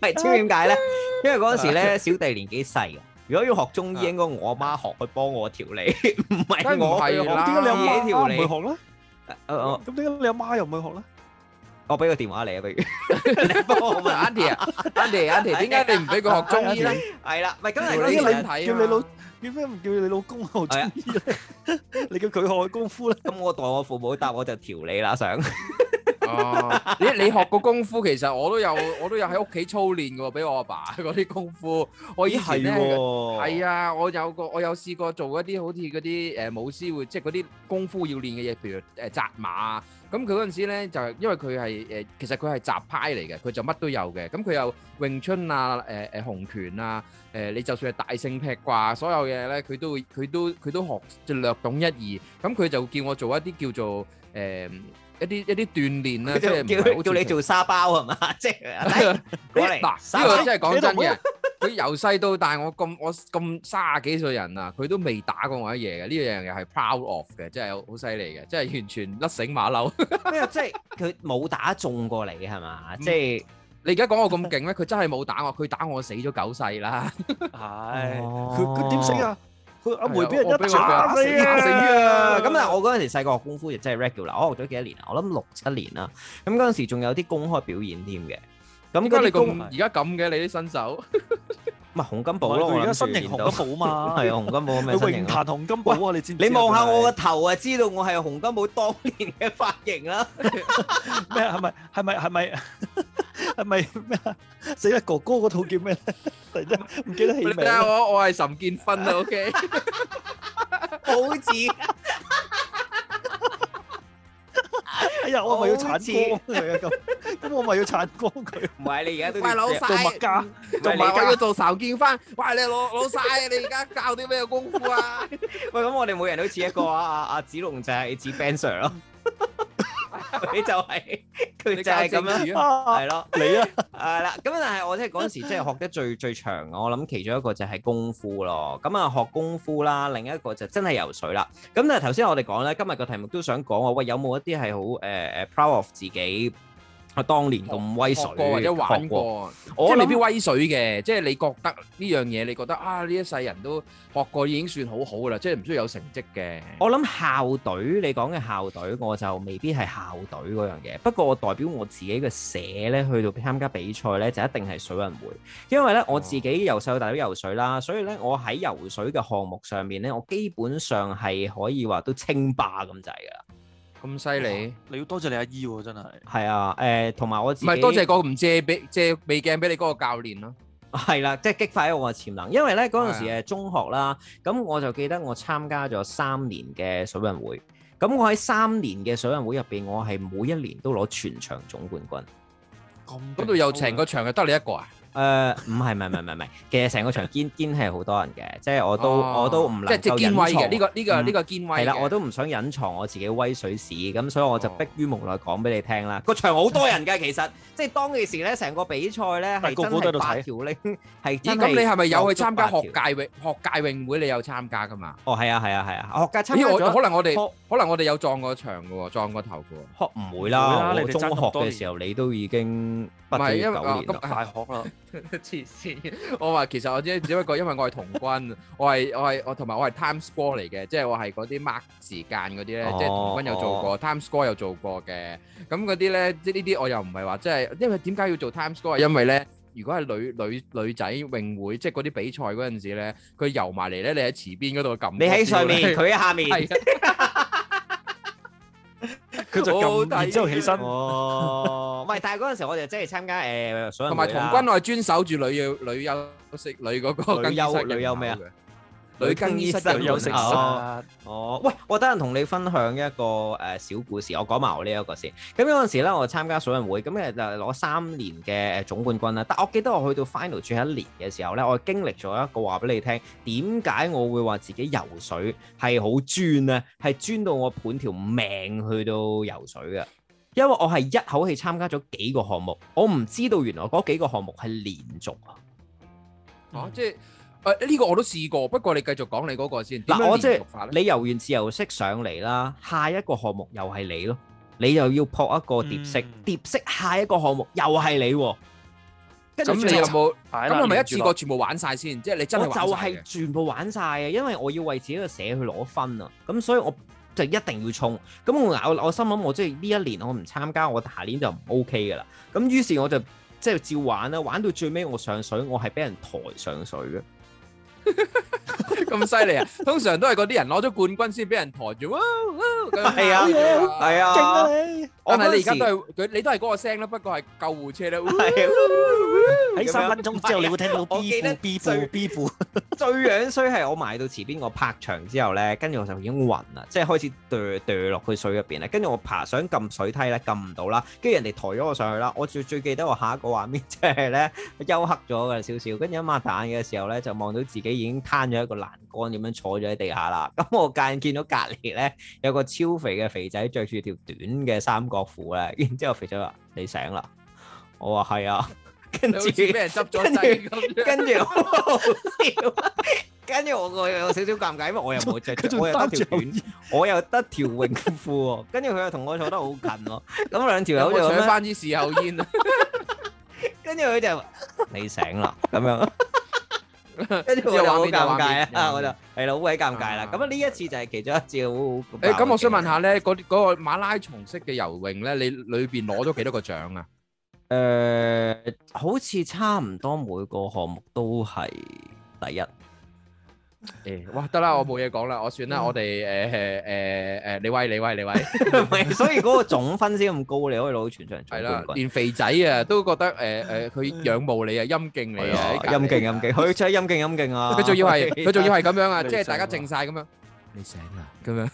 係知唔知點解咧？因為嗰陣時咧小弟年紀細啊，如果要學中醫，應該我阿媽學去幫我調理， 唔係
啊梗唔
我去
係
學
啦
點解你阿
自己調
媽唔
理
去。學咧？
呃我
咁點解你阿媽又唔去學咧？
我俾個電話你啊，不如你幫我 問下。
Auntie 啊，Auntie Auntie，點解你唔俾佢學中醫咧？
係啦，咪咁係
調
嗰
理
陣時
身
呢
體啊
叫你老
嘛
點解唔叫你老公學
係啊
中醫咧？ 你叫佢學功夫 咧？
咁我代我父母答我就調理啦，想。
哦，你你學過功夫，其實我都有，我都有喺屋企操練嘅喎，俾我阿爸嗰啲功夫。我以前 咧
喎
係啊，我有個我有試過做一啲好似嗰啲呃誒舞師會，即係嗰啲功夫要練嘅嘢，譬如誒扎馬啊。咁佢嗰陣時咧就係因為佢係誒，其實佢係雜派嚟嘅，佢就乜都有嘅。咁佢有詠春啊、誒誒洪拳啊、誒你就算係大聖劈掛，所有嘢咧佢都會佢都佢都學就略懂一二。咁佢就叫我做一啲叫做誒一啲一啲鍛鍊啦，
佢
即係
就
唔
叫
係好似
叫你做沙包係嘛？ 即係嚟過嚟
嗱，
沙
呢個
包
真係講真
你
嘅，佢由細到大，我咁我咁卅幾歲人啊，佢都未打過我一嘢嘅，呢樣嘢係 proud of 嘅，真係好犀利嘅，真係完全甩繩馬騮。
咩啊？即係佢冇打中過你係
嗯
嘛？即係
你而家講我咁勁咩？佢真係冇打我，佢打我死咗九世啦。
係
哦
佢佢點死啊？佢阿梅俾
係啊
人
我俾
一
佢
打死
打死
啊！
咁啊！我嗰陣時細個學功夫亦真係 regular，我學咗幾多年啊？我諗六七年啦。咁嗰陣時仲有啲公開表演添嘅。咁
點解
嗰
你
啲公
咁而家咁嘅？你啲新手
咪洪金寶
冇
咯，
佢
我
而家
諗住
新型
練
紅
到
金寶嘛，
係啊，洪金寶咩身
佢榮
形
壇
啊？
紅金寶啊！你知唔知啊？
你望下
真係
我個頭啊，知道我係洪金寶當年嘅髮型 啦。
咩啊？係咪係咪係咪 係咪咩啊？死啦！哥哥嗰套叫咩咧？ 突然間唔記得起
你
名
睇
啊
下我，我係岑建勳啊。OK，
好似
哎呀，我咪要
好似
鏟光佢啊 咁，咁我咪要鏟光佢。啊
唔係你而家都
喂，老細，
做麥家
同埋
你
我要做仇建翻。喂，你老老細，你而家教啲咩功夫 啊？
喂，咁我哋每人都似一個啊啊啊子龍就係指 Ben Sir 咯，佢就係佢就係咁樣，
樣。
啊
係咯。
你啊，
係啦，咁但係我即係嗰陣時，即係學得最最長，我諗其中一個就係功夫咯。咁啊，學功夫啦，另一個就真係游水啦。咁但係頭先我哋講咧，今日個題目都想講我喂有冇一啲係好誒誒 proud of 自己，我當年咁威水
學過或者玩
學過
過，啊
我
即係未
諗
必威水嘅，即係你覺得呢樣嘢，你覺得啊呢一世人都學過已經算好好噶啦，即係唔需要有成績嘅。
我諗校隊，你講嘅校隊，我就未必係校隊嗰樣嘢。不過我代表我自己嘅社咧，去到參加比賽咧，就一定係水運會，因為咧我自己由細到大都游水啦，所以咧我喺游水嘅項目上面咧，我基本上係可以話都稱霸咁滯㗎啦。
咁犀利，
你要多謝你阿姨喎，真係。
係啊，誒、同埋我自
唔
己
係多謝個唔借俾借未鏡俾你嗰個教練咯。
係啦，即係激發咗我嘅潛能。因為咧嗰陣
啊
時誒中學啦，咁我就記得我參加咗三年嘅水運會。咁我喺三年嘅水運會入邊，我係每一年都攞全場總冠軍。
咁
嗰度又成個場就得你一個啊？
誒呃唔係唔係唔係唔係唔 係，其實成個場堅堅係好多人嘅，即係我都
哦
我都唔能
即係即係
夠
堅
隱
威
藏
嘅，呢個呢個
嗯
呢個堅威
係啦，
嘅
我都唔想隱藏我自己威水史，咁所以我就
哦
迫於無奈講俾你聽啦。個場好多人㗎，其實 即係當其時咧，成個比賽咧
但係
係
個
真
個都喺度
係八
睇
條 link，係
咦
真
咁你係咪有
落
去
足
參加
八
學
條
界泳學界泳會？你有參加噶嘛？
哦，係啊係啊係啊，學界參
咦，我
加咗
可能我哋
學
可能我哋有撞過場嘅喎，撞過頭嘅喎。
學唔會
唔會啦
啦，
你
我
哋
中學
爭咁多
嘅
年
時候你都已經畢
唔係
咗業
因為啊
九年
咁
啦。
大學啦，
黐線！我話其實我只只不過因為我係童軍，我係 我係我同埋我係 time score 嚟嘅，即係我係嗰啲 mark 時間嗰啲咧，
哦
即係童軍有做過，time score 有做過嘅。咁嗰啲咧，即係呢啲我又唔係話即係，因為點解要做 time score？因為咧。如果係女女女仔泳會，即係嗰啲比賽嗰陣時咧，佢游埋嚟咧，你喺池邊嗰度撳。
你喺上面，佢喺下面。
係啊
佢就
好好
咁，
睇
然之後起身，
哦，唔係，但係嗰陣時我哋真係參加誒水
同埋童軍，我係專守住女嘅女休息女嗰個更衣室嘅
女優女優咩
門
啊
口嘅？女更衣室嘅
女
有
優
食
室
門口
實
哦。哦，喂，我得閒同你分享一個誒、呃小故事，我講埋我呢一個先。咁嗰陣時咧，我參加水運會，咁誒就攞三年嘅誒總冠軍啦。但我記得我去到 final 最後一年嘅時候咧，我經歷咗一個話俾你聽，點解我會話自己游水係好專咧？係專到我盤條命去到游水嘅。因為我係一口氣參加咗幾個項目，我唔知道原來嗰幾個項目係連續啊！
哦，即係誒呢個我都試過，不過你繼續講你嗰個先。點
嗱
樣
我即係
連續法咧
你游完自由式上嚟啦，下一個項目又係你咯，你又要撲一個疊式，
嗯
疊式下一個項目又係你喎，跟住
咁你
最
有
後
冇？
咁
咁係咪一次過全部玩晒先？即係你真係
我就
玩晒
係
嘅
全部玩晒嘅，因為我要為自己個社去攞分啊，咁所以我就一定要衝。咁我我我心諗，我即係呢一年我唔參加，我下年就唔 OK 噶啦。咁於是我就即係照玩啦，玩到最尾我上水，我係俾人抬上水嘅。
咁犀利啊！通常都係嗰啲人攞咗冠軍先俾人抬住，哇哇咁樣
係
喊㗎
啊
嘛
係
勁啊你！
我
但係
嗰
你而家
時
都係佢，你都係嗰個聲啦，不過係救護 車咧。哇
係啊
喺三分鐘之後，你會聽到
我記
B
得
部 B
最
部 B 部。
最樣衰係我埋到池邊，我拍牆之後咧，跟住我就已經暈啦，即係開始墮墮落去水入邊咧。跟住我爬想撳水梯咧，撳唔到啦，跟住人哋抬咗我上去啦。我最最記得我下一個畫面即係咧休克咗嘅少少，跟住一擘大眼嘅時候咧，就望到自己已經攤咗喺個欄杆咁樣坐咗喺地下啦。 咁我間見到隔離咧有個超肥嘅肥仔着住條短嘅三角褲咧，然之後肥仔話：你醒啦！我話係啊，跟
你好
住
似。俾人執咗
跟住
掣咁樣。
跟住我好 笑，跟住我個有少少尷尬，因為我又 冇着，
佢仲
我又得
擔住
條
條
短，我又得條泳褲喎。跟住佢又同我坐得好近喎，咁兩條友
我
就咁
搶
樣，
翻支事後煙啊！
跟住佢就你醒啦咁 樣。跟住我
又
就
話
好
面又話
尷
面又
尬
話
啦，我就係啦，好鬼尷尬啦
啊。
咁啊呢一次就係其中一次好好。
誒，咁我想問下咧，嗰啲嗰個馬拉松式嘅游泳咧，你裏邊攞咗幾多個獎啊？
誒，好似差唔多每個項目都係第一。
誒，哇，得啦，我冇嘢講啦，我算啦，我哋誒誒誒，你威你威 你威。
唔係，所以嗰個總分先咁高，你可以攞到全場
係
總
啦
冠，軍。
連肥仔啊都覺得誒誒，佢仰慕你啊，陰敬你
係
啊
啊，，
喺隔
陰
離
勁陰勁，佢真係陰勁陰勁啊！
佢仲 要係佢仲要係咁樣啊，啊
你
即係
醒
大家
啦
靜晒咁樣，你醒啦咁樣，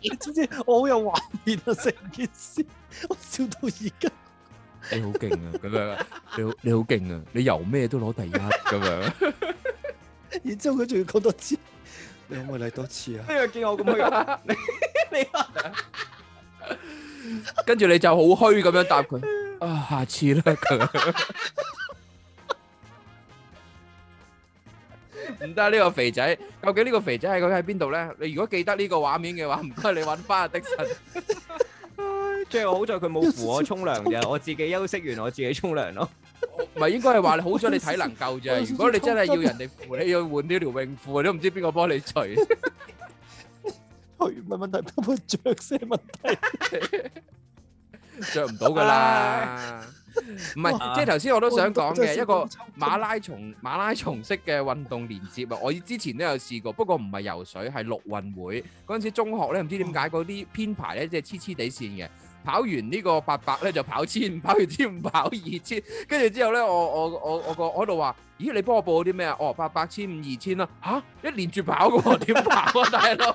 你知唔知我好有畫面啊？成件事 我笑到而家。
你好勁啊，咁樣，你好你好勁啊，你游咩都攞第一咁樣。
然之後佢仲要講多次， 你可唔可以嚟多次啊？
呢個見我咁樣，你你
跟住你就好虛咁樣答佢，啊，下次啦咁樣。唔得呢個肥仔，究竟呢個肥仔係佢喺邊度咧？你如果記得呢個畫面嘅話，唔該你揾翻阿迪神。
最後好在佢冇扶我沖涼啫，我自己休息完我自己沖涼咯。
唔係應該係話你好彩你體能夠啫。如果你真係要人哋扶你，要換呢條泳褲，你都唔知邊個幫你除。
佢唔係問題，不過着色問題。
着唔到噶啦。唔係，即係頭先我都想講嘅一個馬拉松馬拉松式嘅運動連接啊！我之前都有試過，不過唔係游水，係陸運會嗰陣時中學咧，唔知點解嗰啲編排咧，即係黐黐地線嘅。跑完呢個八百咧就跑千，跑完千五跑二千，跟住之後咧，我我我我個我喺度話：咦，你幫我報啲咩啊？哦，八百千五二千啦，吓，一連住跑嘅喎， 點跑啊，大佬？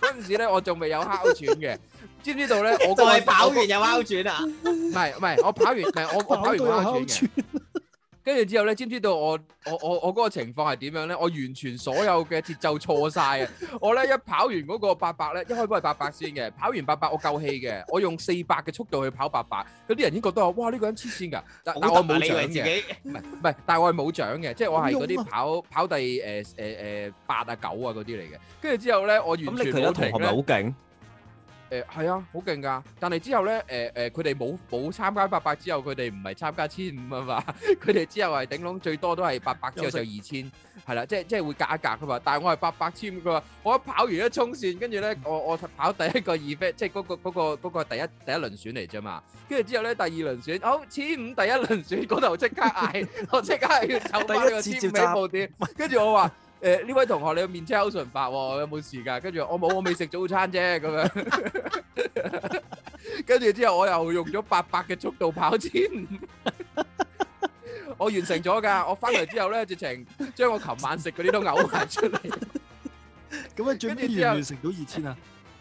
嗰陣時咧，我仲未有哮喘嘅，知唔知道咧？我嗰個
又拗轉啊！
唔係唔係，我跑完唔係我我跑完跑完嘅，跟住之後咧，知唔知道我我我我嗰個情況係點樣咧？我完全所有嘅節奏錯晒啊！ 我咧一跑完嗰個八百咧，一開波係八百先嘅，跑完八百我夠氣嘅，我用四百嘅速度去跑八百，嗰啲人已經覺得我哇呢、個人黐線㗎，但但
啊
我冇獎嘅，唔係唔係，但係我係冇獎嘅，即係我係嗰啲跑跑第誒誒誒八啊九啊嗰啲嚟嘅，跟住之後咧我完全
咁你
冇
佢啲同學
停
咪
咧
好。勁？
誒係啊，好勁噶！但係之後咧，誒誒佢哋冇冇參加八百之後，佢哋唔係參加千五啊嘛， 佢哋之後係頂籠最多都係八百之後就二千，係啦，即係即係會隔一格噶嘛。但係我係八百千五，佢話我一跑完一衝線，跟住
嗯
咧我我跑第一個二 f 即係嗰、個嗰、個嗰個第一第一輪選嚟啫嘛。跟住之後咧第二輪選，好千五第一輪選嗰頭即刻 嗌，我即刻要走翻呢個
第一
千
次
五
召集
起步點，跟住我話。誒呢位同學，你面青口唇白喎，有冇事㗎？跟住我冇，我未食早餐啫咁樣。跟住之後我又用咗八百嘅速度跑千五，我完成咗 㗎。我翻嚟之後咧，直情將我琴晚食嗰啲都嘔埋出嚟。
咁啊，最
跟住
尾
之後
完唔完成到二千啊？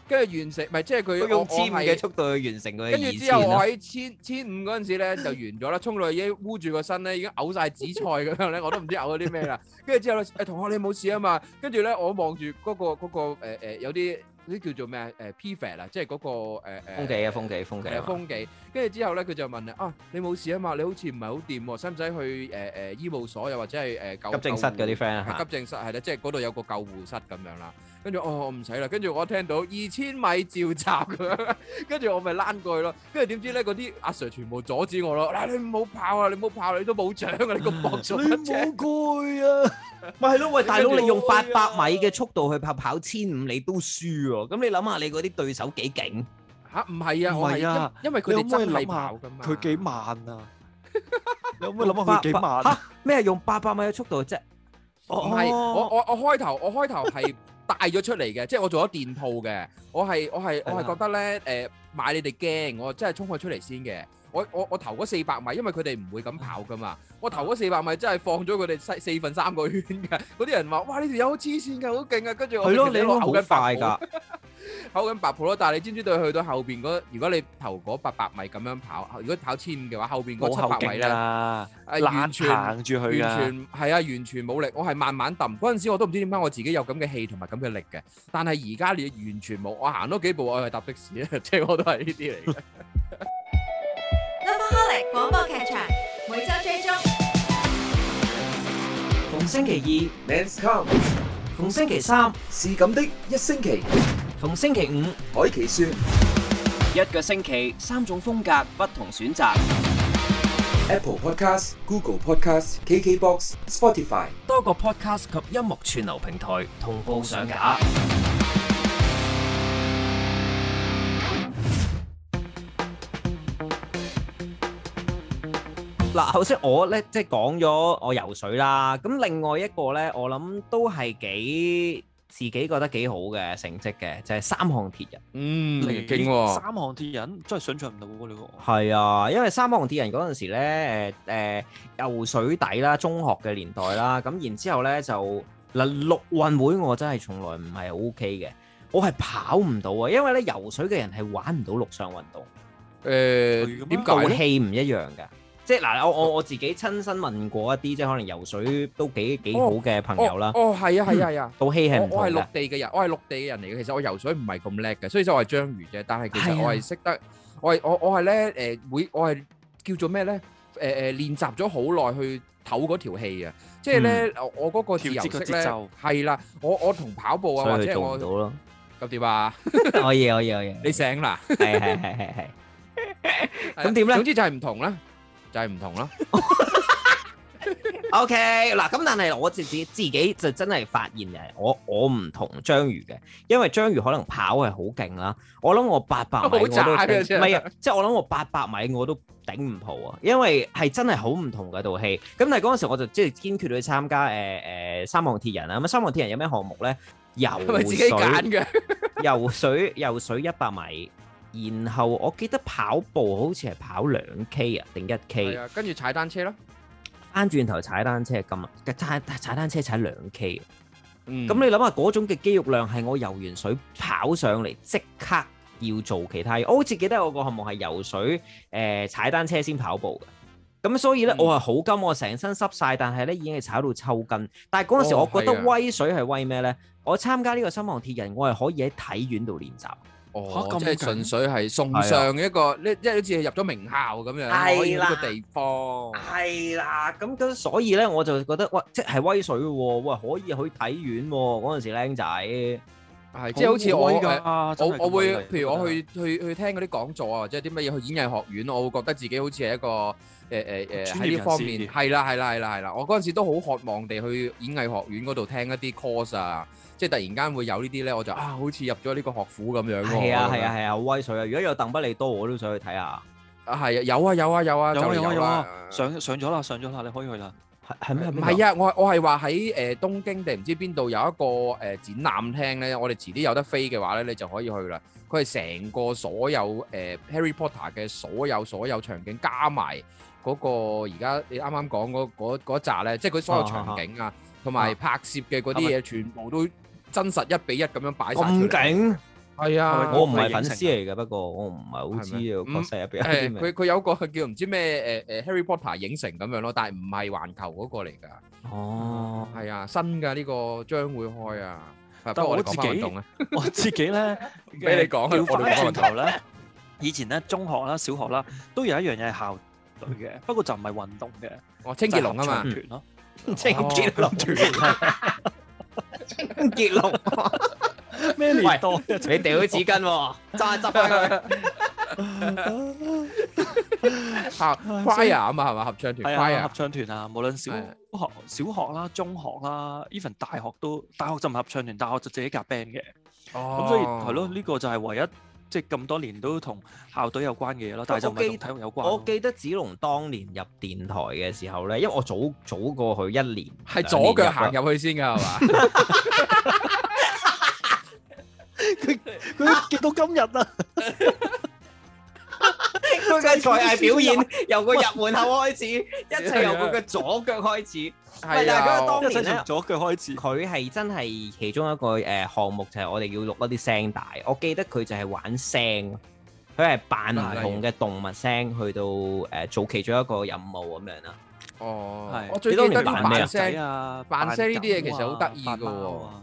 跟住完成，咪即係佢
佢用
我
千五
我係
嘅速度去完成佢嘅
跟住之後，
二千
我
啊
喺千千五嗰陣時咧就完咗啦，衝落去已經污住個身咧，已經嘔晒紫菜咁樣咧，我都唔知嘔咗啲咩啦。跟住之後咧，誒同學你冇事啊嘛？跟住咧，我望住嗰個嗰、個誒、誒有啲嗰啲叫做咩啊誒 PFA 啊，即係嗰、個誒、誒
風紀啊，風紀，風紀
係
啊
啊，
嘛。
風紀。跟住之後咧，佢就問你啊，你冇事啊嘛？你好似唔係好掂喎，使唔使去誒誒、醫務所又或者係誒、救
急症室嗰啲 friend
係
啊
急症室係啦，即係嗰度有個救護室咁樣啦。跟住哦，我唔使啦。跟住我聽到二千米召集咁樣， 跟住我咪躝過去咯。跟住點知咧，嗰啲阿 Sir 全部阻止我咯。嗱、你唔好跑啊！你唔好跑啊，你都冇獎啊！你咁搏
你
做乜啫？
冇攰啊？
咪係咯，喂，大佬
跟住
你用八百米嘅速度去跑跑千五，你都輸喎。咁你諗下你嗰啲對手幾勁？
吓，唔係啊，我
唔係
係
啊
因因為佢哋
你可唔可以
真係
諗下
跑㗎嘛。
佢幾慢 啊？你可唔可以諗下佢幾慢啊？哦
嚇咩係用八百米嘅速度啫？
唔係，
哦
我我我開頭我 開頭係帶咗出嚟嘅，即係我做咗店鋪嘅，我係我係我
係啦
係覺得咧誒、買你哋驚，我真係衝佢出嚟先嘅。我我我頭嗰四百米，因為佢哋唔會咁跑噶嘛，我頭嗰四百米真係放咗佢哋四四分三個圈㗎。嗰啲人話：哇，呢條友好黐線㗎，好勁啊！跟住我
係咯，
其
你
實一路
應該好
嘔緊白泡
快㗎。
跑緊白鋪咯，但係你知唔知道去到後邊嗰，如果你頭嗰八百米咁樣跑，如果跑千五嘅話，後邊嗰
冇後
七百米
勁㗎
咧，啊
啦，
完全
行住佢
完
㗎。
全係啊，完全冇力。我係慢慢揼嗰陣時，我都唔知點解我自己有咁嘅氣同埋咁嘅力嘅。但係而家你完全冇，我行多幾步，我係搭的士啊， 即係我都係呢啲嚟嘅。
Lovaholic 廣播劇場每周追蹤。
逢星期
Men's Come
二、逢星期三、
是咁的一星期，
逢星期五，
海奇說
一個星期三種風格，不同選擇，
Apple Podcast、Google Podcast、KKBox、Spotify。
多個 podcast 及音樂串流平台同步上架。
嗱，頭先我咧即係講咗我游水啦，咁另外一個咧，我諗都係幾自己覺得幾好嘅成績嘅，就係、三項鐵人。
嗯
你
勁喎！
三項鐵人真係想象唔到喎，你個
係啊，因為三項鐵人嗰陣時咧，誒、誒、游水底啦，中學嘅年代啦，咁然之後咧就嗱陸運會我真係從來唔係 O K 嘅。我係跑唔到啊，因為咧游水嘅人係玩唔到陸上運動，
诶
係咁啊
點解
道
咧？
氣唔一樣㗎。即係嗱，我我我自己親身問過一啲，即係可能游水都幾幾好嘅朋友啦
哦，哦，係啊，係啊，係啊。
道氣係
我
唔同
我係
嘅
陸。地嘅人，我係陸地嘅人嚟嘅。其實我游水唔係咁叻嘅，所以就我係章魚啫。但係其
係啊
實我係識得，我係我我係咧誒會，我係叫做咩咧？誒、誒練習咗好耐去唞嗰條氣啊！即係咧，我我嗰個自由
調節個
式
節
咧
奏
係啦，我我同跑步啊
所
或
以佢
者
做唔到
我
咯。
咁點啊？
可以可以可以，
你醒啦？
係係係係係。
係啊
點咧
總之就係唔同啦，就係唔同啦。
O K 嗱，咁但係我自己自己就真係發現嘅，我我唔同章魚嘅，因為章魚可能跑係好勁啦，我諗我八百 米
好
我都
渣嘅
頂
真
唔
係
係啊，即係我諗我八百米我都頂唔蒲啊，因為係真係好唔同嘅道氣。咁但係嗰陣時我就即係堅決去參加誒誒、呃三項鐵人啦。咁三項鐵人有咩項目咧？游
係咪自己
水
揀嘅？
游水游水一百米，然後我記得跑步好似係跑兩 K 啊定一 K
係。啊，跟住踩單車啦。
翻轉頭踩單車係咁啊，踩踩單車踩兩 K，
嗯，
咁、你諗下嗰種嘅肌肉量係我游完水跑上嚟即刻要做其他嘢，我好似記得我個項目係游水、誒、踩單車先跑步嘅，咁所以咧、
嗯
我係好金，我成身濕晒，但係咧已經係踩到抽筋。但係嗰陣時
哦
我覺得
係啊
威水係威咩咧？我參加呢個新航鐵人，我係可以喺體院度練習。
哦，
嚇咁
即係
勁
純粹係送
係啊
上一個，呢即係好似入咗名校咁樣，
係
可以去呢個
啦
地方。
係啦，咁咁所以咧，我就覺得哇，即係威水喎、喂，可以去體院喎、嗰陣時僆仔。
係，即係好似我
威
誒
㗎，真係
我我
咁
會
威㗎
譬如我去去去聽嗰啲講座啊，或者啲乜嘢去演藝學院，我會覺得自己好似係一個誒誒誒喺
專業人
呢
士
方面係啦係啦係啦係啦，我嗰陣時都好渴望地去演藝學院嗰度聽一啲 course 啊，即係突然間會有呢啲咧，我就啊好似入咗呢個學府咁樣喎。
係啊
咁樣
係啊係啊，好威水啊！如果有鄧不利多，我都想去睇下。
啊係啊有啊有啊有啊
有
就
啊
嚟
有啊有
啦
啊，。上上咗啦，上咗啦，你可以去啦。
係係咩？
唔係啊，我我係話喺誒東京定唔知邊度有一個誒、呃展覽廳咧，我哋遲啲有得飛嘅話咧，你就可以去啦。佢係成個所有誒、呃 Harry Potter 嘅所有所有場景加埋嗰、個而家你啱啱講嗰嗰嗰扎咧，即係佢所有場景啊，同埋、拍攝嘅嗰啲嘢，全部都真實一比一咁樣擺晒出嚟。
咁勁？
係
係咪
啊，
我唔係粉絲嚟嘅，不過我唔係好知啊，
係咪
確實入邊有
誒
啲咩
佢佢有個叫唔知咩誒誒 Harry Potter 影城咁樣咯，但係唔係環球嗰個嚟㗎。
哦，
係啊，新嘅呢個將會開啊。但
但
係
我
我哋
自
講翻
己
運動啊，
我自己咧，
俾你講啊
調
我哋
翻
講
轉頭咧，以前咧中學啦、小學啦，都有一樣嘢係校隊嘅，不過就唔係運動嘅，
我清潔龍啊嘛
就係合唱，團咯，
清潔龍，清潔龍，
咩年 代啊？
你掉咗紙巾 喎，揸執翻佢。
校 choir 啊嘛係嘛合唱團
係啊，合
choir，
唱團啊，無論小
係啊
學、小學啦、中學啦，even 大學都，大學就唔係合唱團，大學就自己夾 band 嘅。咁
咁
所以係
哦
咯，呢個就係唯一即係咁多年都同校隊有關嘅嘢咯，但係就唔係同體育有關
我
咯。
記得子龍當年入電台嘅時候咧，因為我早早過佢一年，
係左腳行
入，
入去先㗎係嘛？
佢見到今日啊！
佢嘅才藝表 現由個入門口開始，一切由佢嘅左腳開始。喂
係
但係嗰個當
啊，
一陣從左腳開始，
佢係真係其中一個誒、呃、項目，就係我哋要錄一啲聲帶。我記得佢就係玩聲，佢係扮唔同嘅動物聲去到誒、呃做其中一個任務咁樣啦。
哦
係，
我最記得
你
啲
當年扮咩啊
扮
仔
聲
啊，
扮聲呢啲嘢
狗啊
其實好得意
扮
㗎
貓
喎
啊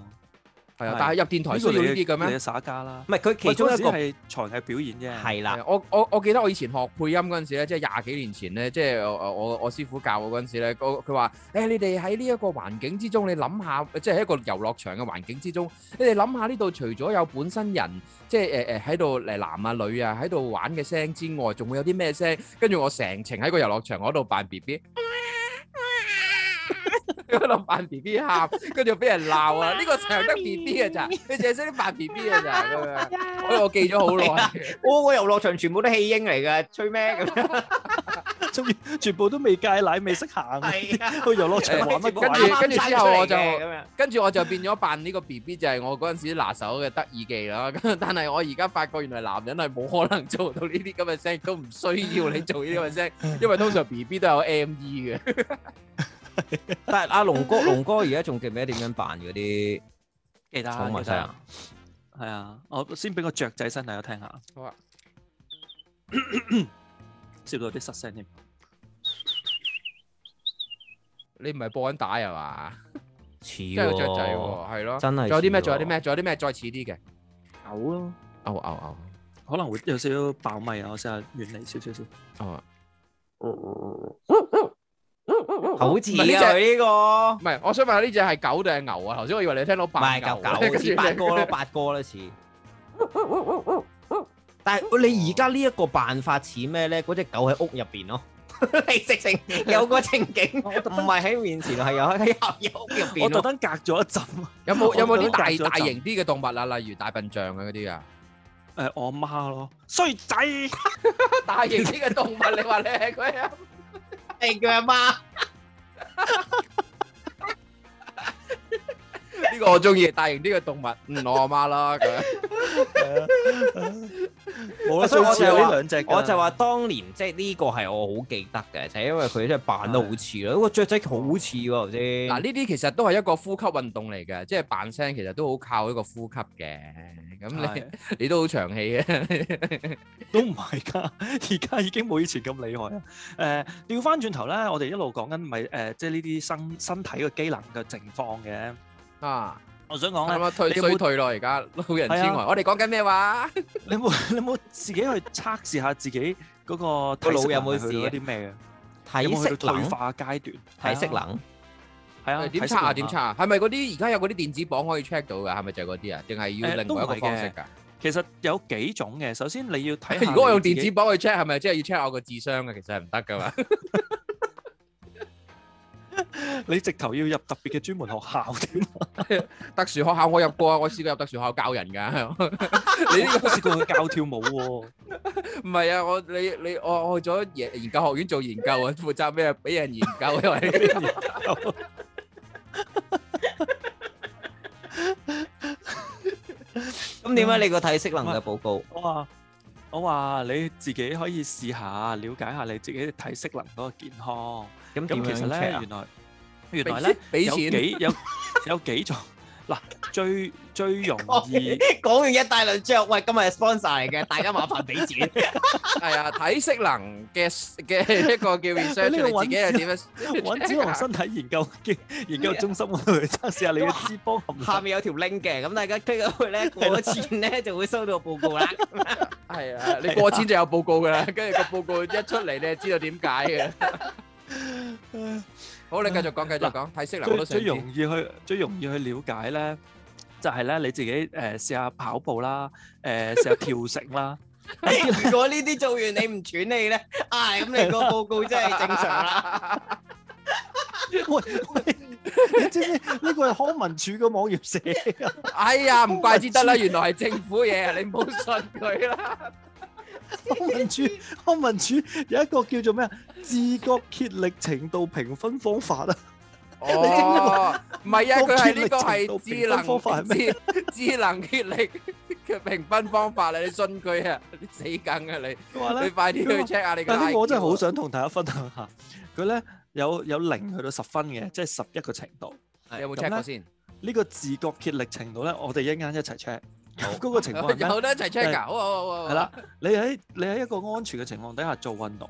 係啊
係，
但係入電台需要呢啲嘅
你
咩？
耍家啦，
唔係佢其
其
中
中
一
一
個
個係才藝表演啫。
係啦
係，啊我我我記得我以前學配音嗰陣時咧，即係廿幾年前咧，即係我我我我師傅教我嗰陣時咧，嗰佢話：誒你哋喺呢一個環境之中，你諗下，即係喺一個遊樂場嘅環境之中，你哋諗下呢度除咗有本身人，即係誒誒喺度誒男啊女啊喺度玩嘅聲之外，仲會有啲咩聲？跟住我成程喺個遊樂場嗰度 扮 B B。喺度扮 B B 喊，跟住俾人鬧啊！呢個成日得 B B 嘅咋，你淨係識啲扮 B B 嘅咋咁樣，所以我記咗好耐。
我個遊樂場全部都棄嬰嚟㗎，吹咩咁樣？
仲要全部都未戒奶，未識行，去
係啊，
遊樂場玩乜鬼
跟
跟
住跟住之
住跟住之
啊？
後
後
我
我
就
就咁樣。
跟住我就變咗扮呢個 B B，就係我嗰陣時拿手嘅得意技啦。咁但係我而家發覺原來男人係冇可能做到呢啲咁嘅聲，都唔需要你做呢啲咁嘅 聲，因為通常 B B 都有 M E 嘅。
但係阿龍哥，龍哥而家仲記唔記得點樣扮嗰啲
記得
寵物聲啊？
係啊，我先俾個雀仔聲大家聽下。
好 啊，
笑到有啲失聲添。
你唔係播緊帶係嘛？
似
真係有雀仔
喎，
喎，係咯。
真
仲
係
有啲咩？
似喎
仲有啲咩？仲有啲咩再似啲嘅？
牛咯，
牛牛牛
可能會有少少爆咪啊！我試下遠離少少先。
牛啊！
好似
唔係呢
啊
隻
佢呢個，
唔係，我想問下呢只係狗定係牛啊？頭先我以為你聽到
唔
白
係
牛，啊
九九
跟住
似八哥咯，八哥啦似。但係你而家呢一個辦法似咩咧？嗰只狗喺屋入邊咯， 你直 情有個情景，
我特
唔係喺面前，係有啊喺喺屋入邊
我特
咯。
登隔咗一陣。
有冇有冇啲
我都
大
大
大型啲嘅動物啊？例如大笨象啊嗰啲啊？
誒，我媽咯，衰仔。
大型啲嘅動物，你話你係佢啊？
係佢阿媽。
呢個我中意，大型啲嘅動物，嗯，我阿媽啦咁 樣。
冇啦，
所以 我
最似
就
有呢
話
兩隻㗎。
我就話當年即係呢個係我好記得嘅，就係、因為佢真係扮得好似
啊
咯，個雀仔好似喎頭先。
嗱，
嗯
呢啲其實都係一個呼吸運動嚟嘅，即係扮聲其實都好靠一個呼吸嘅。咁你
係
你都好長氣嘅，
都唔係㗎， 而家已經冇以前咁厲害啦。誒、調翻轉頭咧，我哋一路講緊咪誒，即係呢啲身身體嘅機能嘅情況嘅。
啊，
我想講
咁
咧，
啊退
你有冇
衰退咯，而家老人痴
係
呆。
啊
我哋講緊咩話？
你有冇 你有冇自己去測試下自己嗰
個
個體
腦
適
有
能
冇
係去到
事啊
一啲咩嘅？
體
有冇去
適
到退
能，
化階段？
體適
啊
能，
係啊，
誒點
體適
測啊？
能
點測啊？係咪嗰啲而家有嗰啲電子磅可以 check 到㗎？係咪就係嗰啲啊？定係要
誒
另
都唔
外一個
係
方式
嘅
㗎？
其實有幾種嘅，首先你要 睇下
如果我用
你自己
電子磅去 check，係咪即係要 check 我個智商嘅？其實係唔得㗎 嘛。
你直頭要入特別嘅專門學校添。
特殊學校我入過啊，我試過入特殊學校教 人㗎。你呢個
我試過去教跳舞喎，
唔係啊！我你你我我去咗研研究學院做研究啊，負責咩？俾人研 究因為。
咁點解啊你個體適能
啊
嘅報告？
我話我話你自己可以試下，了解下你自己嘅體適能嗰個健康。
咁點
咁其實
樣
咧，
check 啊
原來原
俾錢
來咧
俾
有
錢
幾有有幾種 嗱，最最容 易
講完一大輪之後，喂，今日係 sponsor 嚟嘅，大家麻煩俾錢。
係啊，體適能嘅嘅一個叫 research，
呢
你
個
自己係點樣？
揾子雄身體研究 嘅研究中心嗰度去測試下你嘅脂肪含
下
量。
面有條 link 嘅，咁大家 click 入去咧，過咗錢咧就會收到個報告啦。
係啊，你過千就有報告㗎 啦，跟住個報告一出嚟，你就知道點解嘅。好，你繼續講，繼續講，體適能我
最
都想知。
最容易去最容易去了解咧，就係咧你自己誒試下跑步啦，誒試下跳繩啦。
如果呢啲做完你唔喘氣咧，啊，咁你個報告真係正常啦。
喂喂，你知唔知呢個係康文署個網頁寫㗎？
哎呀，唔怪之得啦，原來係政府嘢，你唔好信佢啦。
康 文署康文署有一個叫做咩啊？自覺竭力程度評分方法 啊！
哦，唔係啊，
個
佢係
竭
呢
力
個
程
係智
度評分方法
能
係
智智能竭力嘅評分方法啊！你信佢啊？你死梗啊你！
佢話
你
咧，
快啲去 check 下你個 IQ 啊。
但呢個我真係好想同大家分享下，佢咧有有零去到十分嘅，即係十一個程度。
你有冇
咁
check 過
咧
先？
呢個自覺竭力程度咧，我哋一間一齊 check。嗰 個情況係 咩？
有得一齊 check 㗎，好好好好。好
係啦，，你喺你喺一個安全嘅情況底下做運動，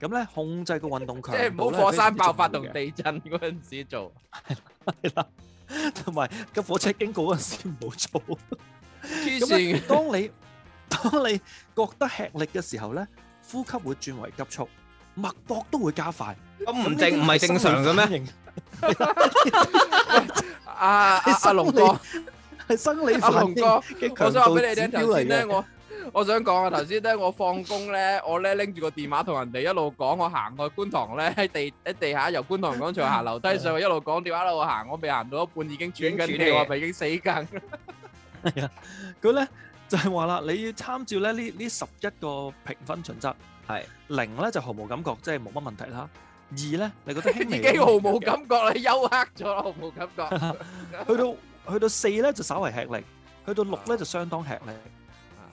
咁咧控制個運動
即
強
係唔
度
好
呢
火
非
山
常之
爆發
重
同
要嘅
地震嗰陣時做。
係啦，同埋架火車經過嗰陣時唔好做。
黐
咁啊咧
線，，
當你 當你覺得吃力嘅時候咧，呼吸會轉為急促，脈搏都會加快。
咁
咁呢啲係生理？
阿阿啊阿龍哥，
你心理 反應？係生理
阿
反
龍
應
哥。
嘅
我
強
想話
度
俾你
指
聽，
標
頭
嚟
先咧
嘅。
我。我想講啊，頭先咧我放工咧，我咧拎住個電話同人哋一路講，我行去觀塘 咧喺地喺地下由觀塘廣場行樓梯上去，一路講電話一路行，我未行到一半已經喘緊
已經
氣，
喘氣
我咪已經死緊。
佢咧就係話啦，你要參照咧呢呢十一個評分準則，
係
零咧就毫無感覺，即係冇乜問題啦。二咧，你覺得輕 微
已經毫無
嘅
感覺啦，休克咗啦，毫無感覺。
去到去到四咧就稍為吃力，去到六咧就相當吃力，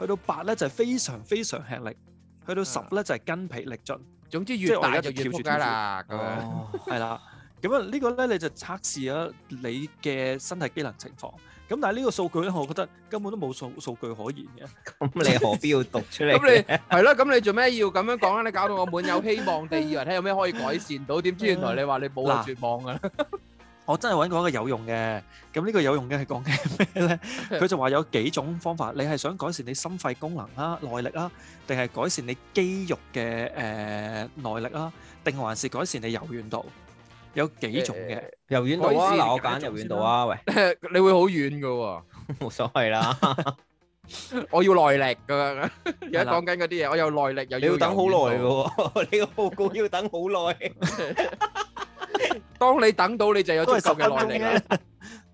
去到八咧就係非常非常吃力，去到十咧就係筋疲力盡，
總之
即
越
係我
大
而
就越
家就
撲
跳住
街啦，咁
Ờ.
樣。
係啦。咁啊呢個咧你就測試咗你嘅身體機能情況，咁但係呢個數據咧，我覺得根本都冇數數據可言嘅。
咁你何必要讀出嚟？
咁你係咯，咁你做咩要咁樣講咧？你搞到我滿有希望地以為睇有咩可以改善到，點知原來你話你冇啊
嗱
絕望 㗎啦。
我真係揾過一個有用嘅，咁呢個有用嘅係講緊咩咧？佢就話有幾種方法，你係想改善你心肺功能啦、耐力啦，定係改善你肌肉嘅誒、呃、耐力啦，定還是改善你柔軟度？有幾種嘅，
柔軟度啊，
改善
嗱我
解
揀
決
柔軟
先
度
啦
啊，喂，
你會好遠㗎喎。
冇所謂啦，
我要耐力㗎。 而家
係啦
講緊嗰啲嘢，我有耐力又
你 要等好耐
柔軟
嘅
度。
喎， 你個報告要等好耐。
當你等到你就有足
都係
夠
十分
嘅
鐘
耐力啦。
啫，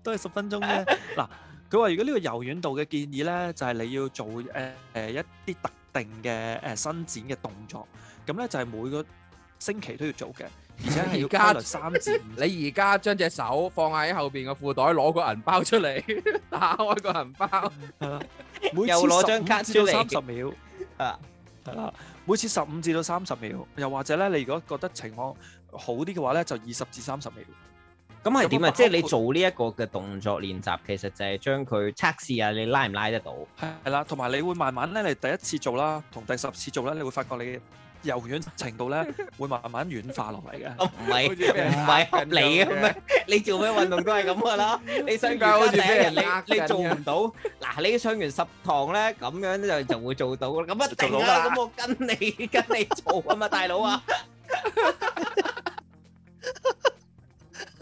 都係十分鐘啫。嗱，佢話如果呢個柔軟度嘅建議咧，就係、你要做誒誒、呃一啲特定嘅誒、呃伸展嘅動作，咁咧就係每個星期都要做嘅，而且係要
而家
規律三至五次
你而家將隻手放喺後邊嘅褲袋，攞個銀包出嚟， 打開個銀包。
係啦，每次
又攞張卡
15至到
出嚟
三十秒，
啊
係啦，每次十五至到三十秒，又或者咧，你如果覺得情況好啲嘅話咧，就二十至三十秒，
咁係點啊？
咁啊
即係你做呢一個嘅動作練習，其實就係將佢測試下你拉唔拉得到。
係啦，同埋你會慢慢咧，你第一次做啦，同第十次做咧，你會發覺你嘅柔軟程度 咧會慢慢軟化落嚟嘅。
唔係
好似俾人
唔係合理嘅咩？你做咩運動都係咁噶啦。你上瑜伽第一日你你做唔到，嗱你上完十堂咧，咁樣就就會做到啦。咁一定啦，咁我跟 你跟你做啊嘛，大佬啊。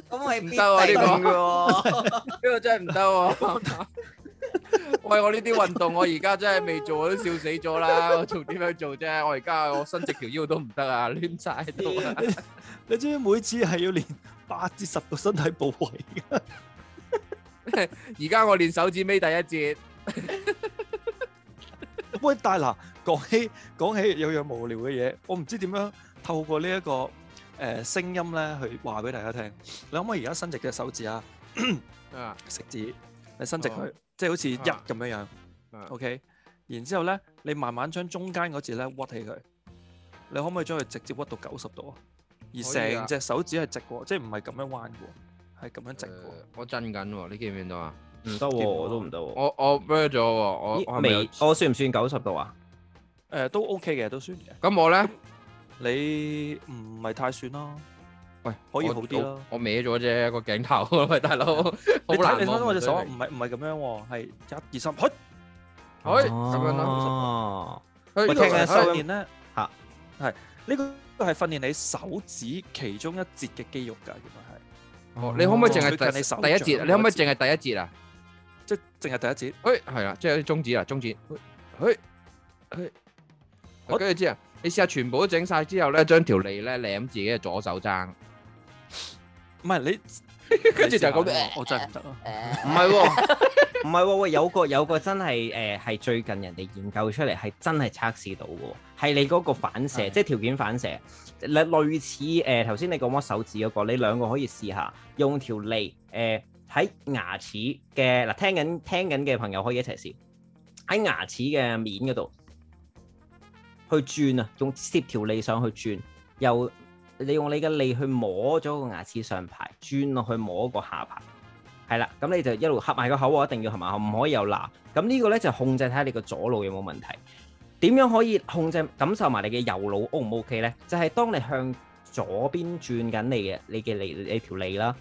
咁係必定嘅喎。
呢個真係唔得喎！ 喂，我呢啲運動我而家真係未做，我都笑死咗啦！ 我仲點樣做啫？我而家我伸直條腰都唔得啊，攣晒 都。
你知唔知每次係要練八至十個身體部位嘅？
而家我練手指尾第一節，
喂，但係嗱，講起講起有樣無聊嘅嘢，我唔知點樣透過呢、一個誒、呃、聲音咧去話俾大家聽。你可唔可以而家伸直隻手指啊？
啊
食指，你伸直佢，
哦
即係好似一
啊
咁樣樣。
啊
OK，然之後咧，你慢慢將中間嗰字咧屈起佢。你可唔可以將佢直接屈到九十度啊？而
可以啊
成隻手指係直嘅喎，即係唔係咁樣彎嘅喎，係咁樣直嘅喎。
我震緊喎，你見唔見到啊？
唔得喎，我都唔得喎。
我我 blur 咗喎，我我係咪有
未，我算唔算九十度啊？
誒都 OK 嘅，都算嘅。
咁我咧，
你唔係太算啦，
喂，
可以
我
好啲啦。
我我歪咗啫個鏡頭，喂大佬，好
你睇
難
你睇
喎
到我隻手啊
唔
唔係唔係咁樣喎，係一二三，嘿！
對比哎
Ờ.
咁樣啦。
咯。
佢呢度
我
呢個
聽
係
係
緊收音
訓練咧
嚇
係呢個係訓練你手指其中一節嘅肌肉㗎，原來係
哦你可唔可以淨係
最近你手
第第一節？
掌
你可唔可以
嗰節
淨係第一節啊？
即係淨係第一節。
誒係啦，即係有啲中指啦，中指，誒誒，
我
誒跟住之後，你試下全部都整晒之後咧，將條脷咧舐自己嘅左手踭，
唔係你，
跟住就咁
你試下啦我真係唔得啊！
唔係 喎，唔係喎，喂，有個有個真係誒係最近人哋研究出嚟係真係測試到嘅喎，係你嗰個反射，
係
即係條件反射，類類似誒頭先你講摸手指嗰、個，你兩個可以試下用條脷誒喺牙齒嘅嗱，聽緊聽緊嘅朋友可以一齊試喺牙齒嘅面嗰度去轉啊，用攝條脷上去轉，又你用你嘅脷去摸咗個牙齒上排，轉落去摸個下排。係啦，咁你就一路合埋個口喎，一定要合埋口，唔可以有鬧。咁呢個咧就控制睇下你個左腦有冇問題。點樣可以控制感受埋你嘅右腦 O 唔 OK 咧？就係、當你向左邊轉緊你嘅你嘅脷你條脷啦，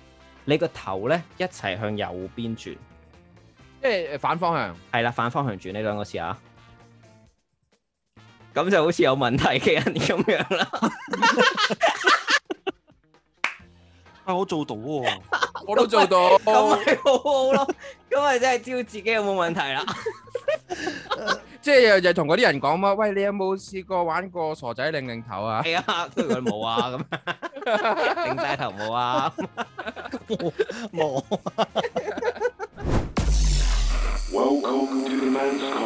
你個頭咧一齊向右邊轉，
即係反方向。
係啦，反方向轉，你兩個試下。咁就好似有問題嘅人咁樣啦，
但我做到喎。
我都做到，
咁咪好好咯，咁咪真係知道自己有冇問題啦。
即係又又同嗰啲人講嘛，喂，你有冇試過玩過傻仔擰擰頭啊？
係啊，跟住佢冇啊，咁頂晒頭冇啊，
Welcome to the man's call.